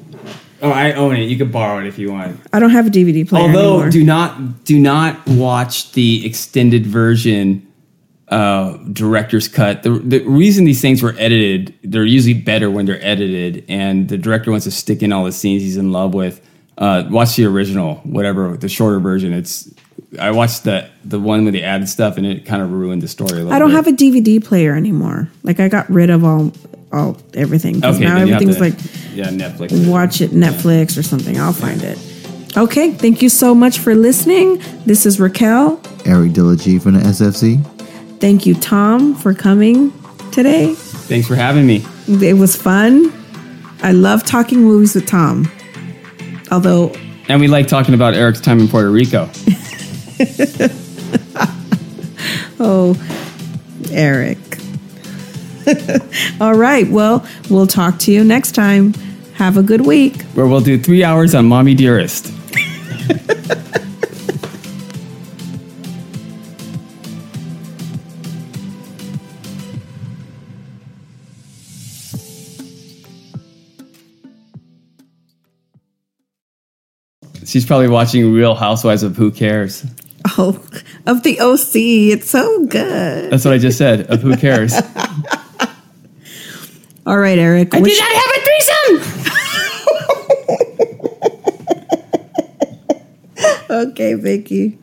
S3: Oh, I own it. You can borrow it if you want.
S2: I don't have a DVD player
S3: Although,
S2: anymore.
S3: do not do not watch the extended version, uh, director's cut. The, the reason these things were edited, they're usually better when they're edited, and the director wants to stick in all the scenes he's in love with. Uh, watch the original, whatever the shorter version. It's I watched the the one with the added stuff, and it kind of ruined the story a little.
S2: I don't
S3: bit.
S2: have a DVD player anymore. Like I got rid of all all everything. 'Cause
S3: Okay,
S2: now
S3: then you have
S2: everything's like
S3: to- yeah, Netflix.
S2: watch it Netflix or something. I'll find it. Okay, thank you so much for listening. This is Raquel.
S1: Eric Dillagy from the SFC.
S2: Thank you, Tom, for coming today.
S3: Thanks for having me.
S2: It was fun. I love talking movies with Tom. Although
S3: And we like talking about Eric's time in Puerto Rico.
S2: Oh, Eric. All right. Well, we'll talk to you next time. Have a good week.
S3: where we'll do three hours on Mommy Dearest. She's probably watching Real Housewives of Who Cares.
S2: Oh, of the OC. It's so good.
S3: That's what I just said, of Who Cares. I
S2: All right, Eric. which-
S3: have a threesome!
S2: okay, Vicky.